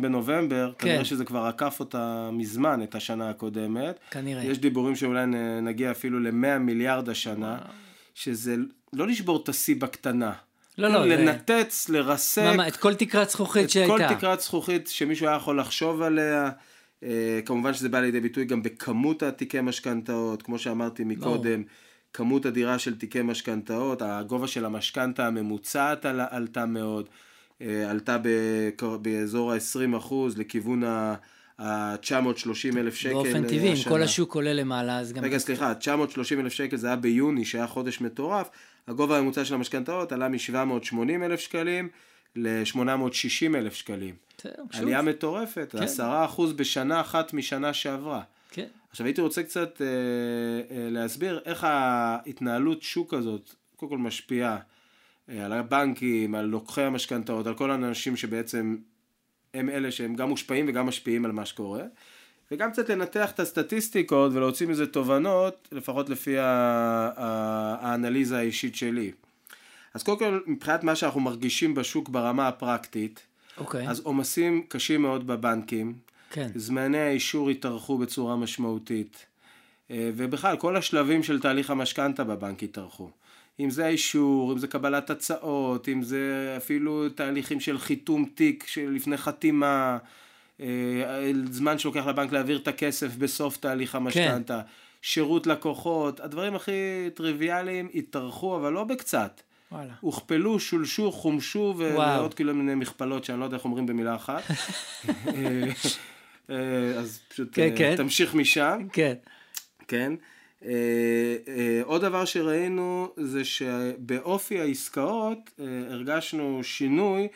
כן. בנובמבר, כן. כנראה שזה כבר עקף אותה מזמן, את השנה הקודמת. כנראה. יש דיבורים שאולי נ- נגיע אפילו ל-100 מיליארד השנה, שזה לא לשבור את השיא בקטנה. לא, לא, זה- לנתץ, לרסק. מה, מה, את כל תקרת זכוכית שהייתה. את כל תקרת זכוכית שמישהו היה יכול לחשוב עליה. אה, כמובן שזה בא לידי ביטוי גם בכמות התיקי משכנתאות, כמו שאמרתי מקודם, כמות אדירה של תיקי משכנתאות, הגובה של המשכנתה הממוצעת עלה- עלתה מאוד, אה, עלתה בק- באזור ה-20% לכיוון ה-930 אלף שקל באופן אה, טבעי, אם השנה. כל השוק עולה למעלה, אז גם... רגע, סליחה, 930 אלף שקל זה היה ביוני, שהיה חודש מטורף. הגובה הממוצע של המשכנתאות עלה מ-780 אלף שקלים ל-860 אלף שקלים. טוב, שוב, עלייה מטורפת, כן. 10% בשנה אחת משנה שעברה. כן. עכשיו הייתי רוצה קצת אה, אה, להסביר איך ההתנהלות שוק הזאת, קודם כל משפיעה אה, על הבנקים, על לוקחי המשכנתאות, על כל האנשים שבעצם הם אלה שהם גם מושפעים וגם משפיעים על מה שקורה, וגם קצת לנתח את הסטטיסטיקות ולהוציא מזה תובנות, לפחות לפי ה- ה- האנליזה האישית שלי. אז קודם כל, מבחינת מה שאנחנו מרגישים בשוק ברמה הפרקטית, אוקיי. אז עומסים קשים מאוד בבנקים, כן. זמני האישור התארכו בצורה משמעותית, אה, ובכלל כל השלבים של תהליך המשכנתה בבנק התארכו. אם זה האישור, אם זה קבלת הצעות, אם זה אפילו תהליכים של חיתום תיק של לפני חתימה, אה, זמן שלוקח לבנק להעביר את הכסף בסוף תהליך המשכנתה, שירות לקוחות, הדברים הכי טריוויאליים התארכו, אבל לא בקצת. וואלה. הוכפלו, שולשו, חומשו, ו- וואו. ועוד כאילו מיני מכפלות שאני לא יודע איך אומרים במילה [laughs] אחת. אה, אה, אז פשוט כן, אה, כן. תמשיך משם, כן. כן. אה, אה, עוד דבר שראינו זה שבאופי העסקאות אה, הרגשנו שינוי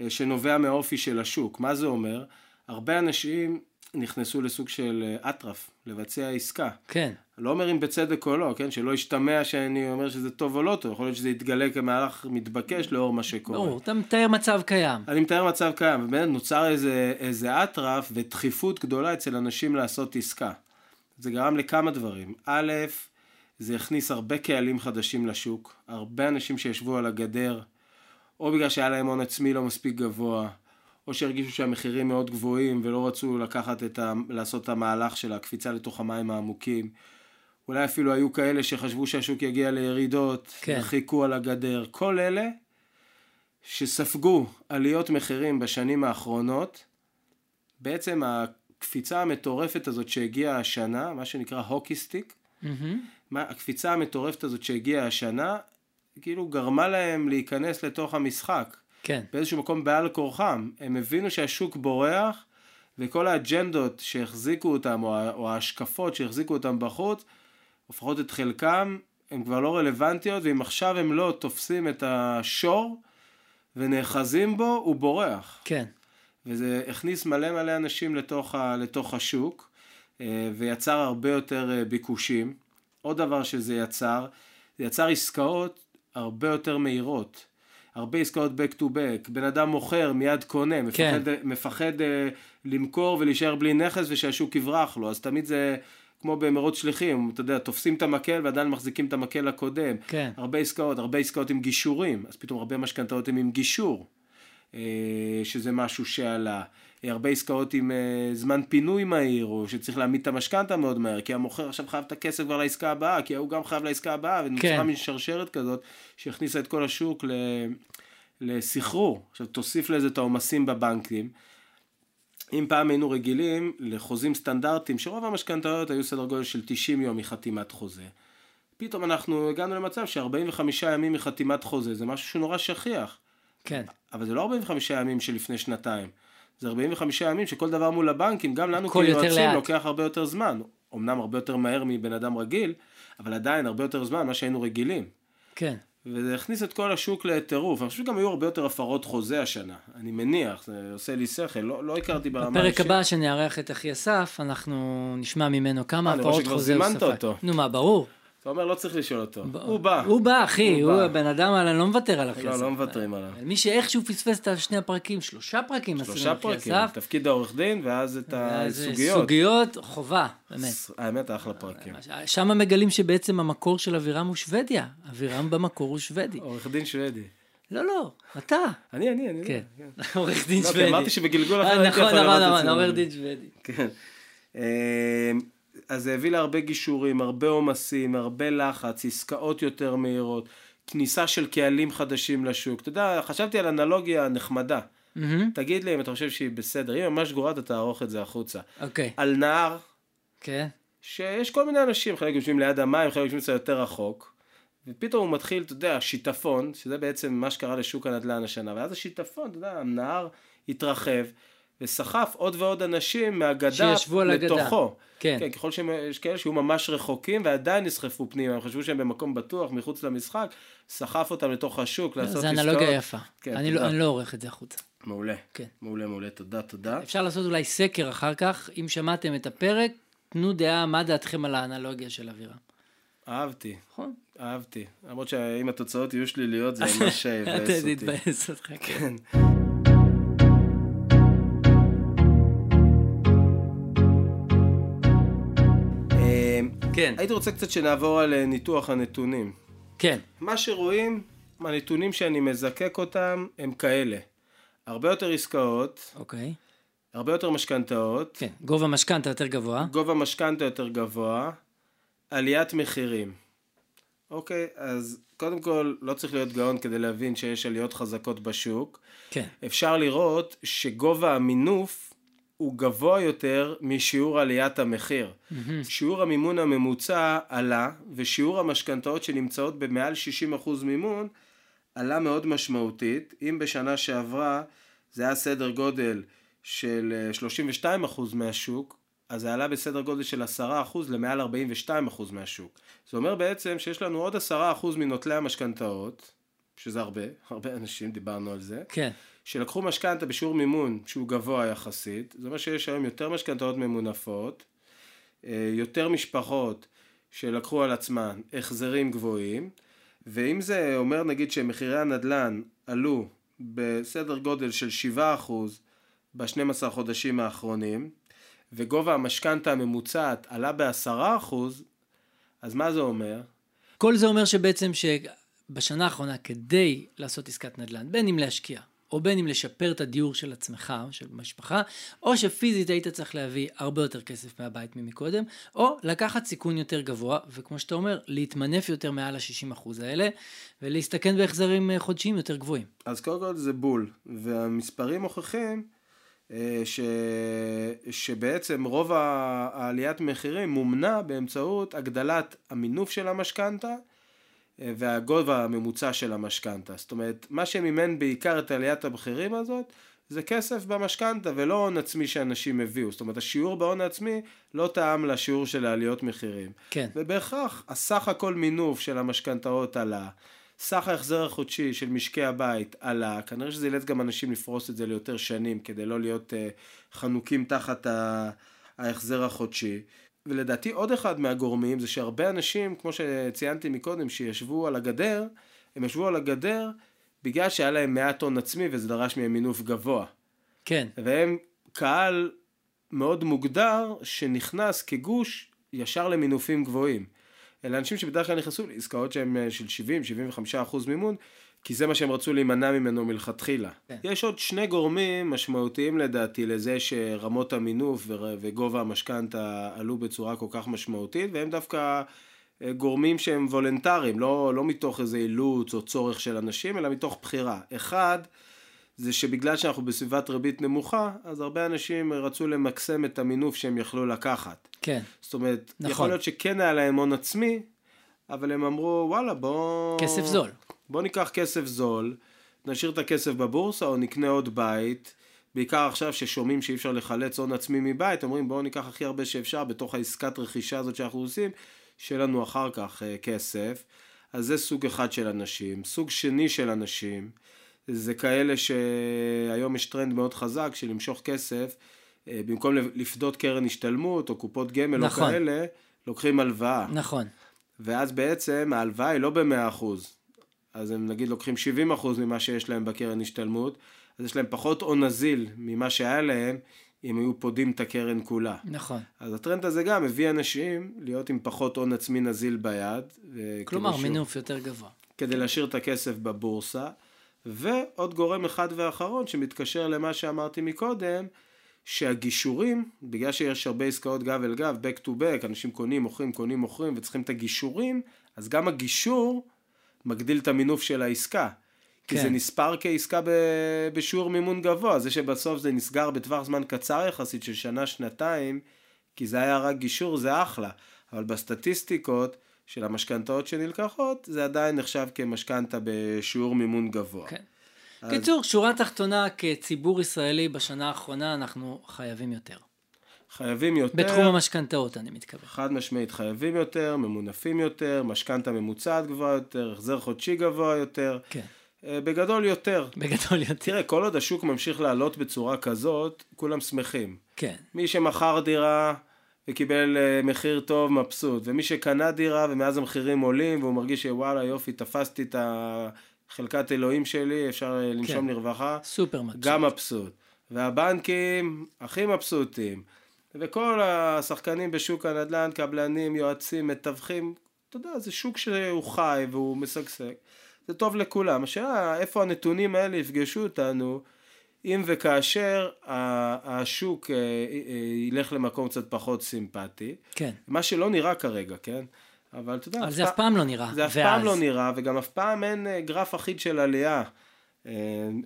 אה, שנובע מהאופי של השוק. מה זה אומר? הרבה אנשים נכנסו לסוג של אה, אטרף, לבצע עסקה. כן. לא אומר אם בצדק או לא, כן? שלא ישתמע שאני אומר שזה טוב או לא טוב, יכול להיות שזה יתגלה כמהלך מתבקש לאור מה שקורה. ברור, אתה מתאר מצב קיים. אני מתאר מצב קיים, ובאמת נוצר איזה, איזה אטרף ודחיפות גדולה אצל אנשים לעשות עסקה. זה גרם לכמה דברים. א', זה הכניס הרבה קהלים חדשים לשוק, הרבה אנשים שישבו על הגדר, או בגלל שהיה להם הון עצמי לא מספיק גבוה, או שהרגישו שהמחירים מאוד גבוהים ולא רצו לקחת את ה... לעשות את המהלך של הקפיצה לתוך המים העמוקים. אולי אפילו היו כאלה שחשבו שהשוק יגיע לירידות, כן. כן. חיכו על הגדר. כל אלה שספגו עליות מחירים בשנים האחרונות, בעצם הקפיצה המטורפת הזאת שהגיעה השנה, מה שנקרא הוקי סטיק, מהמם. מה, הקפיצה המטורפת הזאת שהגיעה השנה, כאילו גרמה להם להיכנס לתוך המשחק. כן. באיזשהו מקום בעל כורחם. הם הבינו שהשוק בורח, וכל האג'נדות שהחזיקו אותם, או, ה- או ההשקפות שהחזיקו אותם בחוץ, לפחות את חלקם, הן כבר לא רלוונטיות, ואם עכשיו הם לא תופסים את השור ונאחזים בו, הוא בורח. כן. וזה הכניס מלא מלא אנשים לתוך, ה, לתוך השוק, אה, ויצר הרבה יותר אה, ביקושים. עוד דבר שזה יצר, זה יצר עסקאות הרבה יותר מהירות. הרבה עסקאות back to back, בן אדם מוכר, מיד קונה, מפחד, כן. מפחד אה, למכור ולהישאר בלי נכס ושהשוק יברח לו, אז תמיד זה כמו במרוץ שליחים, אתה יודע, תופסים את המקל ועדיין מחזיקים את המקל הקודם. כן. הרבה עסקאות, הרבה עסקאות עם גישורים, אז פתאום הרבה משכנתאות הם עם גישור. אה, שזה משהו שעלה. אה, הרבה עסקאות עם אה, זמן פינוי מהיר, או שצריך להעמיד את המשכנתה מאוד מהר, כי המוכר עכשיו חייב את הכסף כבר לעסקה הבאה, כי ההוא גם חייב לעסקה הבאה, ונוצרה כן. כן. מין שרשרת כזאת, שהכניסה את כל השוק ל... לסחרור. עכשיו תוסיף לזה את העומסים בבנקים. אם פעם היינו רגילים לחוזים סטנדרטיים, שרוב המשכנתאות היו סדר גודל של 90 יום מחתימת חוזה. פתאום אנחנו הגענו למצב ש-45 ימים מחתימת חוזה זה משהו שנורא שכיח. כן. אבל זה לא 45 ימים שלפני שנתיים. זה 45 ימים שכל דבר מול הבנקים, גם לנו הכל יותר כיועצים לאט. לוקח הרבה יותר זמן. אמנם הרבה יותר מהר מבן אדם רגיל, אבל עדיין הרבה יותר זמן ממה שהיינו רגילים. כן. וזה הכניס את כל השוק לטירוף. אני חושב שגם היו הרבה יותר הפרות חוזה השנה. אני מניח, זה עושה לי שכל, לא, לא הכרתי ברמה בפרק הבא שנארח את אחי אסף, אנחנו נשמע ממנו כמה אה, אני רואה הפרעות שכבר חוזר זימנת ספק. אותו. נו מה, ברור. אתה אומר, לא צריך לשאול אותו. הוא בא. הוא בא, אחי, הוא הוא בא. הבן אדם, אני לא מוותר על אחי לא, אסף. לא מוותרים עליו. מי שאיכשהו פספס את השני הפרקים, שלושה פרקים עשינו שלושה עם אחי פרקים, אסף. תפקיד העורך דין, ואז את ואז, אה, הסוגיות. סוגיות, חובה, באמת. אה, האמת, אחלה פרקים. שם מגלים שבעצם המקור של אבירם הוא שוודיה. אבירם במקור הוא שוודי. עורך דין שוודי. לא, לא, אתה. אני, אני, לא- אני. כן, עורך דין לא, כי שוודי. אמרתי שבגלגול אחר אה, הייתי נכון, יכול נכון, לראות את נכון, זה. עורך דין שוודי. כן. אמ, אז זה הביא להרבה גישורים, הרבה עומסים, הרבה לחץ, עסקאות יותר מהירות, כניסה של קהלים חדשים לשוק. אתה יודע, חשבתי על אנלוגיה נחמדה. מהמם, תגיד לי אם אתה חושב שהיא בסדר. אם ממש גרועה, אתה תערוך את זה החוצה. אוקיי, על נהר, כן. שיש כל מיני אנשים, חלק יושבים ליד המים, חלק יושבים קצת יותר רחוק. ופתאום הוא מתחיל, אתה יודע, שיטפון, שזה בעצם מה שקרה לשוק הנדל"ן השנה, ואז השיטפון, אתה יודע, הנהר התרחב, וסחף עוד ועוד אנשים מהגדה שישבו על הגדה. לתוכו. כן. כן, ככל שהם, יש כאלה שהיו ממש רחוקים ועדיין נסחפו פנימה, הם חשבו שהם במקום בטוח, מחוץ למשחק, סחף אותם לתוך השוק, לעשות זו עסקאות. אה, אנלוגיה יפה. כן, אני תודה. לא- אני לא עורך את זה החוצה. מעולה. כן. מעולה, מעולה, תודה, תודה. אפשר לעשות אולי סקר אחר כך, אם שמעתם את הפרק, תנו דעה מה דעתכם על האנלוגיה של אבירם. אהבתי, נכון? אהבתי. למרות שאם התוצאות יהיו [laughs] שליליות, זה ממש אתה יבאס אותי. תתבאס אותך. כן. אה, כן. אמ, כן. הייתי רוצה קצת שנעבור על אה, ניתוח הנתונים. כן. מה שרואים, הנתונים שאני מזקק אותם, הם כאלה. הרבה יותר עסקאות, אוקיי. הרבה יותר משכנתאות, כן. גובה משכנתה יותר גבוה. גובה משכנתה יותר גבוה, עליית מחירים. אוקיי, אז קודם כל, לא צריך להיות גאון כדי להבין שיש עליות חזקות בשוק. כן. אפשר לראות שגובה המינוף הוא גבוה יותר משיעור עליית המחיר. שיעור המימון הממוצע עלה, ושיעור המשכנתאות שנמצאות במעל 60% מימון עלה מאוד משמעותית. אם בשנה שעברה זה היה סדר גודל של אה, 32% מהשוק, אז זה עלה בסדר גודל של 10% למעל 42% מהשוק. זה אומר בעצם שיש לנו עוד 10% מנוטלי המשכנתאות, שזה הרבה, [laughs] הרבה אנשים, דיברנו על זה. כן. שלקחו משכנתה בשיעור מימון שהוא גבוה יחסית, זה אומר שיש היום יותר משכנתאות ממונפות, אה, יותר משפחות שלקחו על עצמן החזרים גבוהים, ואם זה אומר נגיד שמחירי הנדל"ן עלו בסדר גודל של 7% ב-12 חודשים האחרונים, וגובה המשכנתה הממוצעת עלה ב-10%, אז מה זה אומר? כל זה אומר שבעצם שבשנה האחרונה, כדי לעשות עסקת נדל"ן, בין אם להשקיע, או בין אם לשפר את הדיור של עצמך, או של משפחה, או שפיזית היית צריך להביא הרבה יותר כסף מהבית ממקודם, או לקחת סיכון יותר גבוה, וכמו שאתה אומר, להתמנף יותר מעל ה-60% האלה, ולהסתכן בהחזרים אה, חודשיים יותר גבוהים. אז קודם כל זה בול, והמספרים מוכיחים אה, ש... שבעצם רוב ה- העליית מחירים מומנה באמצעות הגדלת המינוף של המשכנתה אה, והגובה הממוצע של המשכנתה. זאת אומרת, מה שמימן בעיקר את עליית המחירים הזאת זה כסף במשכנתה ולא הון עצמי שאנשים הביאו. זאת אומרת, השיעור בהון העצמי לא תאם לשיעור של העליות מחירים. כן. ובהכרח הסך הכל מינוף של המשכנתאות עלה, סך ההחזר החודשי של משקי הבית עלה, כנראה שזה אילץ גם אנשים לפרוס את זה ליותר שנים כדי לא להיות uh, חנוקים תחת ה- ההחזר החודשי. ולדעתי עוד אחד מהגורמים זה שהרבה אנשים, כמו שציינתי מקודם, שישבו על הגדר, הם ישבו על הגדר בגלל שהיה להם מעט הון עצמי וזה דרש מהם מינוף גבוה. כן. והם קהל מאוד מוגדר שנכנס כגוש ישר למינופים גבוהים. אלה אנשים שבדרך כלל נכנסו לעסקאות שהם אה, של 70-75% מימון, כי זה מה שהם רצו להימנע ממנו מלכתחילה. כן. כן. יש עוד שני גורמים משמעותיים לדעתי לזה שרמות המינוף ור- וגובה המשכנתה עלו בצורה כל כך משמעותית, והם דווקא אה, גורמים שהם וולנטריים, לא, לא מתוך איזה אילוץ או צורך של אנשים, אלא מתוך בחירה. אחד, זה שבגלל שאנחנו בסביבת ריבית נמוכה, אז הרבה אנשים רצו למקסם את המינוף שהם יכלו לקחת. כן. זאת אומרת, נכון. נכון. יכול להיות שכן היה להם הון עצמי, אבל הם אמרו, וואלה, בוא... כסף זול. בוא ניקח כסף זול, נשאיר את הכסף בבורסה או נקנה עוד בית. בעיקר עכשיו ששומעים שאי אפשר לחלץ הון עצמי מבית, אומרים בואו ניקח הכי הרבה שאפשר בתוך העסקת רכישה הזאת שאנחנו עושים, שיהיה לנו אחר כך אה, כסף. אז זה סוג אחד של אנשים. סוג שני של אנשים, זה כאלה שהיום יש טרנד מאוד חזק של למשוך כסף, אה, במקום לפדות קרן השתלמות או קופות גמל נכון. או כאלה, לוקחים הלוואה. נכון. ואז בעצם ההלוואה היא לא ב-100%. אז הם נגיד לוקחים 70% ממה שיש להם בקרן השתלמות, אז יש להם פחות הון נזיל ממה שהיה להם אם היו פודים את הקרן כולה. נכון. אז הטרנד הזה גם הביא אנשים להיות עם פחות הון עצמי נזיל ביד. אה, ו- כלומר, כדי שהוא- מינוף יותר גבוה. כדי להשאיר את הכסף בבורסה. ועוד גורם אחד ואחרון שמתקשר למה שאמרתי מקודם, שהגישורים, בגלל שיש הרבה עסקאות גב אל גב, back to back, אנשים קונים, מוכרים, קונים, מוכרים, וצריכים את הגישורים, אז גם הגישור מגדיל את המינוף של העסקה. כי כן. זה נספר כעסקה ב... בשיעור מימון גבוה, זה שבסוף זה נסגר בטווח זמן קצר יחסית של שנה, שנתיים, כי זה היה רק גישור, זה אחלה. אבל בסטטיסטיקות של המשכנתאות שנלקחות, זה עדיין נחשב כמשכנתה בשיעור מימון גבוה. כן. קיצור, שורה תחתונה, כציבור ישראלי בשנה האחרונה אנחנו חייבים יותר. חייבים יותר, בתחום המשכנתאות, אני מתכוון. חד משמעית חייבים יותר, ממונפים יותר, משכנתה ממוצעת גבוהה יותר, החזר חודשי גבוה יותר, כן. אה, בגדול יותר. בגדול יותר. תראה, כל עוד השוק ממשיך לעלות בצורה כזאת, כולם שמחים. כן. מי שמכר דירה וקיבל אה, מחיר טוב מבסוט, ומי שקנה דירה ומאז המחירים עולים והוא מרגיש שוואלה יופי תפסתי את החלקת אלוהים שלי, אפשר אה, לנשום כן. לרווחה, סופר מבסוט. גם מבסוט. והבנקים הכי מבסוטים. וכל השחקנים בשוק הנדל"ן, קבלנים, יועצים, מתווכים, אתה יודע, זה שוק שהוא חי והוא משגשג. זה טוב לכולם. השאלה, איפה הנתונים האלה יפגשו אותנו, אם וכאשר ה- השוק אה, אה, ילך למקום קצת פחות סימפטי. כן. מה שלא נראה כרגע, כן? אבל אתה יודע... אבל אף זה אף פעם לא נראה. זה אף ואז- פעם לא נראה, וגם אף פעם אין אה, גרף אחיד של עלייה. אה,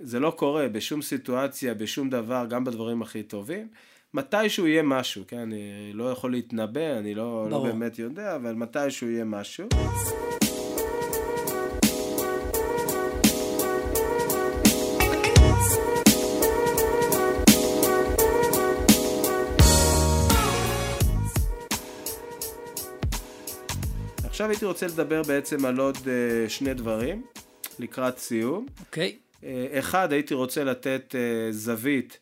זה לא קורה בשום סיטואציה, בשום דבר, גם בדברים הכי טובים. מתישהו יהיה משהו, כן? אני לא יכול להתנבא, אני לא, לא ברור. באמת יודע, אבל מתישהו יהיה משהו. עכשיו הייתי רוצה לדבר בעצם על עוד אה, שני דברים לקראת סיום. אוקיי. אה, אחד, הייתי רוצה לתת אה, זווית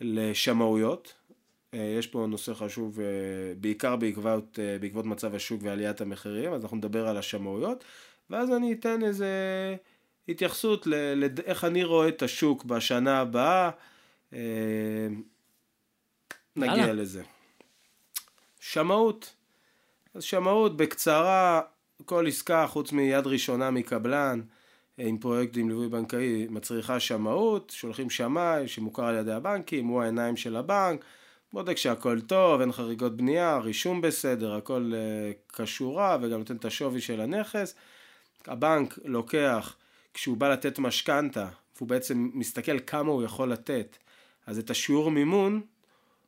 לשמאויות. אה, יש פה נושא חשוב אה, בעיקר בעקבות, אה, בעקבות מצב השוק ועליית המחירים, אז אנחנו נדבר על השמאויות, ואז אני אתן איזה התייחסות לאיך אני רואה את השוק בשנה הבאה. אה, נגיע יאללה. לזה. שמאות. אז שמאות בקצרה, כל עסקה חוץ מיד ראשונה מקבלן, אה, עם פרויקט עם ליווי בנקאי, מצריכה שמאות, שולחים שמאי שמוכר על ידי הבנקים, הוא העיניים של הבנק, בודק שהכל טוב, אין חריגות בנייה, רישום בסדר, הכל אה, כשורה וגם נותן את השווי של הנכס. הבנק לוקח, כשהוא בא לתת משכנתה, והוא בעצם מסתכל כמה הוא יכול לתת, אז את השיעור מימון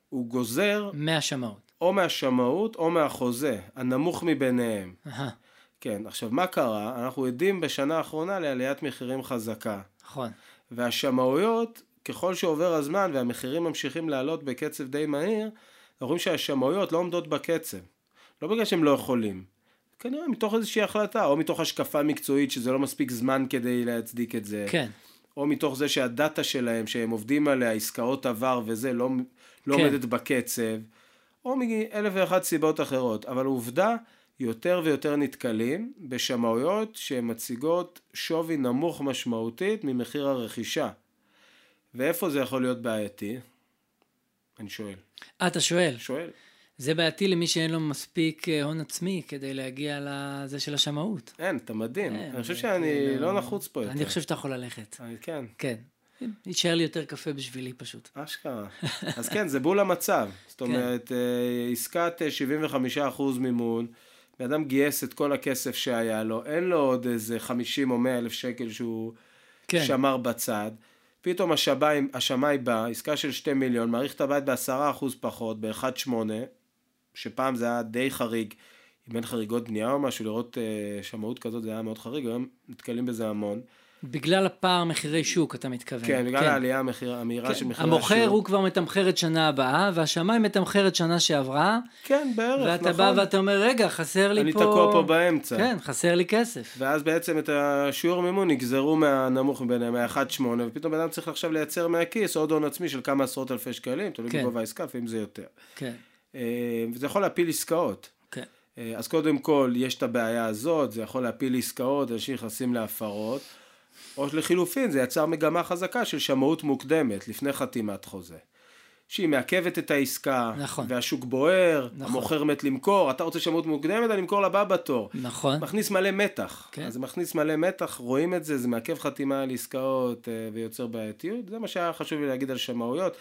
הוא גוזר 100 שמאות. או מהשמאות או מהחוזה, הנמוך מביניהם. אהה, כן, עכשיו מה קרה? אנחנו עדים בשנה האחרונה לעליית מחירים חזקה. נכון. והשמאויות, ככל שעובר הזמן והמחירים ממשיכים לעלות בקצב די מהיר, אנחנו רואים שהשמאויות לא עומדות בקצב. לא בגלל שהם לא יכולים. כנראה מתוך איזושהי החלטה, או מתוך השקפה מקצועית שזה לא מספיק זמן כדי להצדיק את זה. כן. או מתוך זה שהדאטה שלהם, שהם עובדים עליה, עסקאות עבר וזה, לא, לא כן. כן. עומדת בקצב, או מאלף ואחת סיבות אחרות. אבל עובדה, יותר ויותר נתקלים בשמאויות שמציגות שווי נמוך משמעותית ממחיר הרכישה. ואיפה זה יכול להיות בעייתי? אני שואל. אה, אתה שואל. שואל. זה בעייתי למי שאין לו מספיק אה, הון עצמי כדי להגיע לזה של השמאות. אין, אתה מדהים. אין, כן, אני חושב זה שאני כאילו- לא נחוץ פה יותר. אני חושב שאתה יכול ללכת. אני- כן. כן. יישאר לי יותר קפה בשבילי פשוט. אשכרה. אז כן, זה בול המצב. זאת כן. אומרת, אה, עסקת אה, 75% מימון, בן אדם גייס את כל הכסף שהיה לו, אין לו עוד איזה 50 או 100 אלף שקל שהוא כן. שמר בצד. פתאום השמאי, השמאי בא, עסקה של 2 מיליון, מעריך את הבית ב-10% פחות, ב-1.8, שפעם זה היה די חריג, אם אין חריגות בנייה או משהו, לראות אה, שמאות כזאת זה היה מאוד חריג, היום נתקלים בזה המון. בגלל הפער מחירי שוק, אתה מתכוון. כן. כן, בגלל העלייה המחיר- המהירה של מחירי השוק. המוכר הוא כבר מתמחר את שנה הבאה, והשמאי מתמחר את שנה שעברה, כן, בערך, נכון. ואתה בא ואתה אומר, רגע, חסר לי אני פה... תקוע פה באמצע. כן, חסר לי כסף. ואז בעצם את השיעור מימון יגזרו מהנמוך מביניהם, מה-1.8, ופתאום בן אדם צריך עכשיו לייצר מהכיס עוד הון עצמי של כמה עשרות אלפי שקלים, תלוי כן. בגובה העסקה, לפעמים זה יותר. כן, אה, וזה יכול להפיל עסקאות. כן. אה, אז קודם כל, יש את הבעיה הזאת, זה יכול להפיל עסקאות, אנשים נכנסים להפרות, או לחילופין, זה יצר מגמה חזקה של שמאות מוקדמת, לפני חתימת חוזה. שהיא מעכבת את העסקה, נכון. והשוק בוער, נכון. המוכר מת למכור, אתה רוצה שמאות מוקדמת, אני אמכור לבא בתור. נכון. מכניס מלא מתח. כן. כן. אז זה מכניס מלא מתח, רואים את זה, זה מעכב חתימה על עסקאות אה, ויוצר בעייתיות. זה מה שהיה חשוב לי להגיד על שמאויות.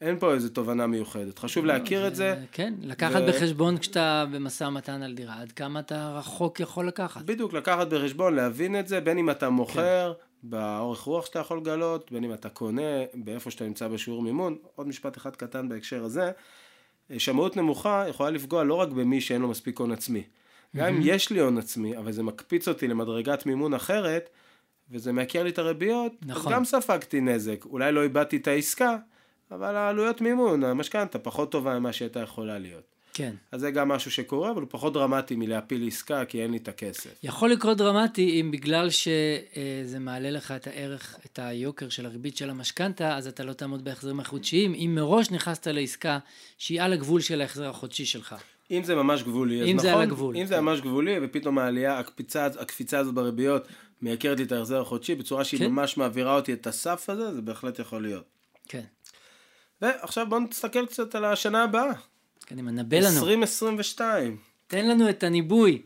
אין פה איזו תובנה מיוחדת. חשוב לא, להכיר את זה. כן, לקחת ו- בחשבון כשאתה במשא ומתן על דירה, עד כמה אתה רחוק יכול לקחת. בדיוק, לקחת בחשבון, להבין את זה, בין אם אתה מוכר, באורך רוח שאתה יכול לגלות, בין אם אתה קונה, באיפה שאתה נמצא בשיעור מימון. עוד משפט אחד קטן בהקשר הזה. אה, שמאות נמוכה יכולה לפגוע לא רק במי שאין לו מספיק הון עצמי. גם אם יש לי הון עצמי, אבל זה מקפיץ אותי למדרגת מימון אחרת, וזה מעקר לי את הריביות, נכון. אז גם ספגתי נזק. אולי לא איבדתי את העסקה, אבל העלויות מימון, המשכנתה, פחות טובה ממה שהייתה יכולה להיות. כן. אז זה גם משהו שקורה, אבל הוא פחות דרמטי מלהפיל עסקה, כי אין לי את הכסף. יכול לקרות דרמטי אם בגלל שזה מעלה לך את הערך, את היוקר של הריבית של המשכנתה, אז אתה לא תעמוד בהחזרים החודשיים, אם מראש נכנסת לעסקה שהיא על הגבול של ההחזר החודשי שלך. אם זה ממש גבולי, אז אם נכון, זה על הגבול, כן. אם זה ממש גבולי, ופתאום העלייה, הקפיצה, הקפיצה הזאת בריביות מייקרת לי את ההחזר החודשי בצורה שהיא כן. ממש מעבירה אותי את הסף הזה, זה בהחלט יכול להיות. כן. ועכשיו בואו נסתכל קצת על השנה הבאה, קדימה, נבא לנו. 2022. תן לנו את הניבוי.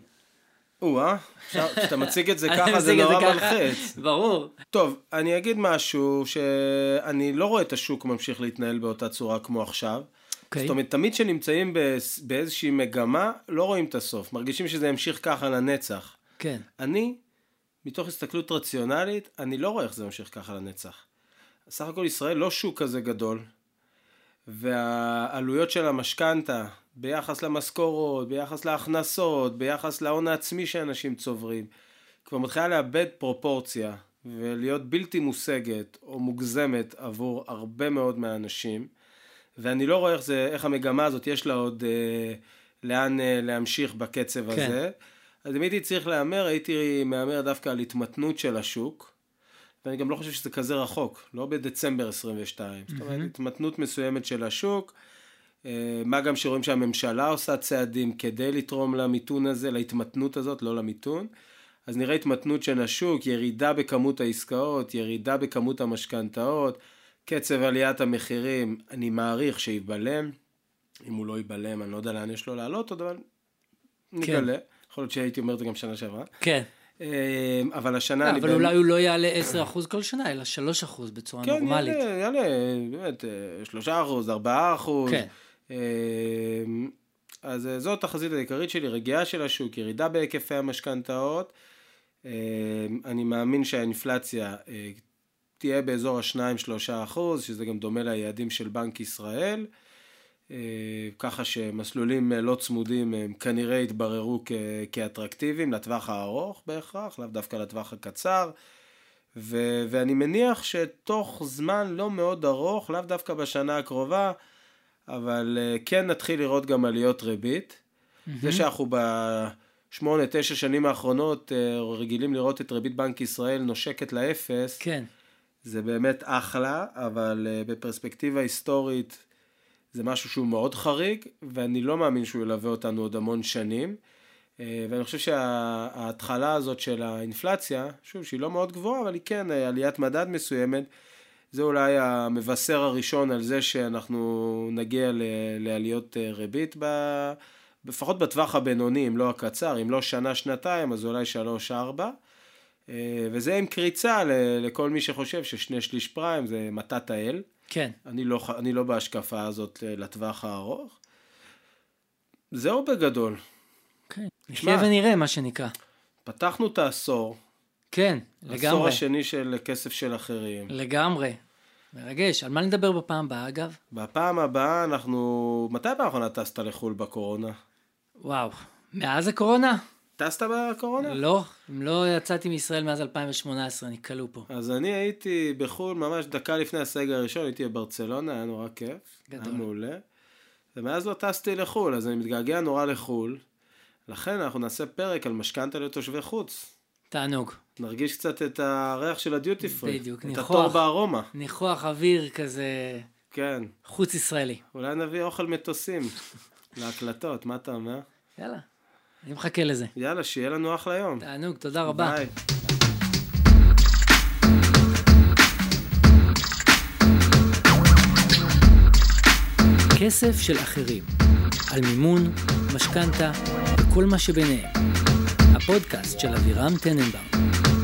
או-אה, עכשיו, כשאתה מציג את זה [laughs] אני ככה זה מציג את נורא ככה. מלחיץ. ברור. טוב, אני אגיד משהו שאני לא רואה את השוק ממשיך להתנהל באותה צורה כמו עכשיו. אוקיי. זאת אומרת, תמיד כשנמצאים בס- באיזושהי מגמה, לא רואים את הסוף, מרגישים שזה ימשיך ככה לנצח. כן. אני, מתוך הסתכלות רציונלית, אני לא רואה איך זה ממשיך ככה לנצח. סך הכל ישראל לא שוק כזה גדול, והעלויות של המשכנתה ביחס למשכורות, ביחס להכנסות, ביחס להון העצמי שאנשים צוברים, כבר מתחילה לאבד פרופורציה ולהיות בלתי מושגת או מוגזמת עבור הרבה מאוד מהאנשים, ואני לא רואה איך, זה, איך המגמה הזאת, יש לה עוד אה, לאן אה, להמשיך בקצב כן. כן. הזה. אז אם הייתי צריך להמר, הייתי מהמר דווקא על התמתנות של השוק. ואני גם לא חושב שזה כזה רחוק, לא בדצמבר 22. זאת אומרת, התמתנות מסוימת של השוק, אה, מה גם שרואים שהממשלה עושה צעדים כדי לתרום למיתון הזה, להתמתנות הזאת, לא למיתון. אז נראה התמתנות של השוק, ירידה בכמות העסקאות, ירידה בכמות המשכנתאות, קצב עליית המחירים, אני מעריך שיבלם. אם הוא לא ייבלם, אני לא יודע לאן יש לו לעלות עוד, אבל נגלה. יכול להיות שהייתי אומר את זה גם שנה שעברה. כן. אה, אבל השנה אני... אבל באמת- אולי הוא לא יעלה 10% כל שנה, אלא 3% בצורה כן, נורמלית. יעלה, יעלה, באמת, אה, שלושה אחוז, ארבעה אחוז. כן. אה, אז אה, זו התחזית העיקרית שלי, רגיעה של השוק, ירידה בהיקפי המשכנתאות. אה, אני מאמין שהאינפלציה אה, תהיה באזור ה-2-3 אחוז, שזה גם דומה ליעדים של בנק ישראל. אה, ככה שמסלולים אה, לא צמודים הם כנראה יתבררו כ- כאטרקטיביים לטווח הארוך בהכרח, לאו דווקא לטווח הקצר. ו- ואני מניח שתוך זמן לא מאוד ארוך, לאו דווקא בשנה הקרובה, אבל אה, כן נתחיל לראות גם עליות ריבית. זה שאנחנו בשמונה, תשע שנים האחרונות אה, רגילים לראות את ריבית בנק ישראל נושקת לאפס, כן. זה באמת אחלה, אבל אה, בפרספקטיבה היסטורית זה משהו שהוא מאוד חריג, ואני לא מאמין שהוא ילווה אותנו עוד המון שנים. אה, ואני חושב שההתחלה הזאת של האינפלציה, שוב, שהיא לא מאוד גבוהה, אבל היא כן אה, עליית מדד מסוימת, זה אולי המבשר הראשון על זה שאנחנו נגיע ל- לעליות אה, ריבית, ב... לפחות בטווח הבינוני, אם לא הקצר, אם לא שנה-שנתיים, אז אולי שלוש-ארבע. אה, וזה עם קריצה ל- לכל מי שחושב ששני שליש פריים זה מתת האל. כן. אני לא, ח- אני לא בהשקפה הזאת אה, לטווח הארוך. זהו בגדול. כן. תשמע. נחיה ונראה, מה שנקרא. פתחנו את העשור, כן, העשור לגמרי. השני של כסף של אחרים. לגמרי. מרגש. על מה נדבר בפעם הבאה, אגב? בפעם הבאה אנחנו... מתי פעם האחרונה טסת לחו"ל בקורונה? וואו. מאז הקורונה? טסת בקורונה? לא, אם לא יצאתי מישראל מאז 2018, אני כלוא פה. אז אני הייתי בחו"ל ממש דקה לפני הסגר הראשון, הייתי בברצלונה, היה נורא כיף. גדול. היה מעולה. ומאז לא טסתי לחו"ל, אז אני מתגעגע נורא לחו"ל. לכן אנחנו נעשה פרק על משכנתה לתושבי חוץ. תענוג. נרגיש קצת את הריח של הדיוטי פרי. בדיוק, את ניחוח. התור בארומה. ניחוח אוויר כזה כן. חוץ ישראלי. אולי נביא אוכל מטוסים [laughs] להקלטות, מה אתה אומר? יאללה, אני מחכה לזה. יאללה, שיהיה לנו אחלה יום. תענוג, תודה רבה. ביי. כסף של אחרים, על מימון, משכנתה וכל מה שביניהם. הפודקאסט של אבירם טננבאום.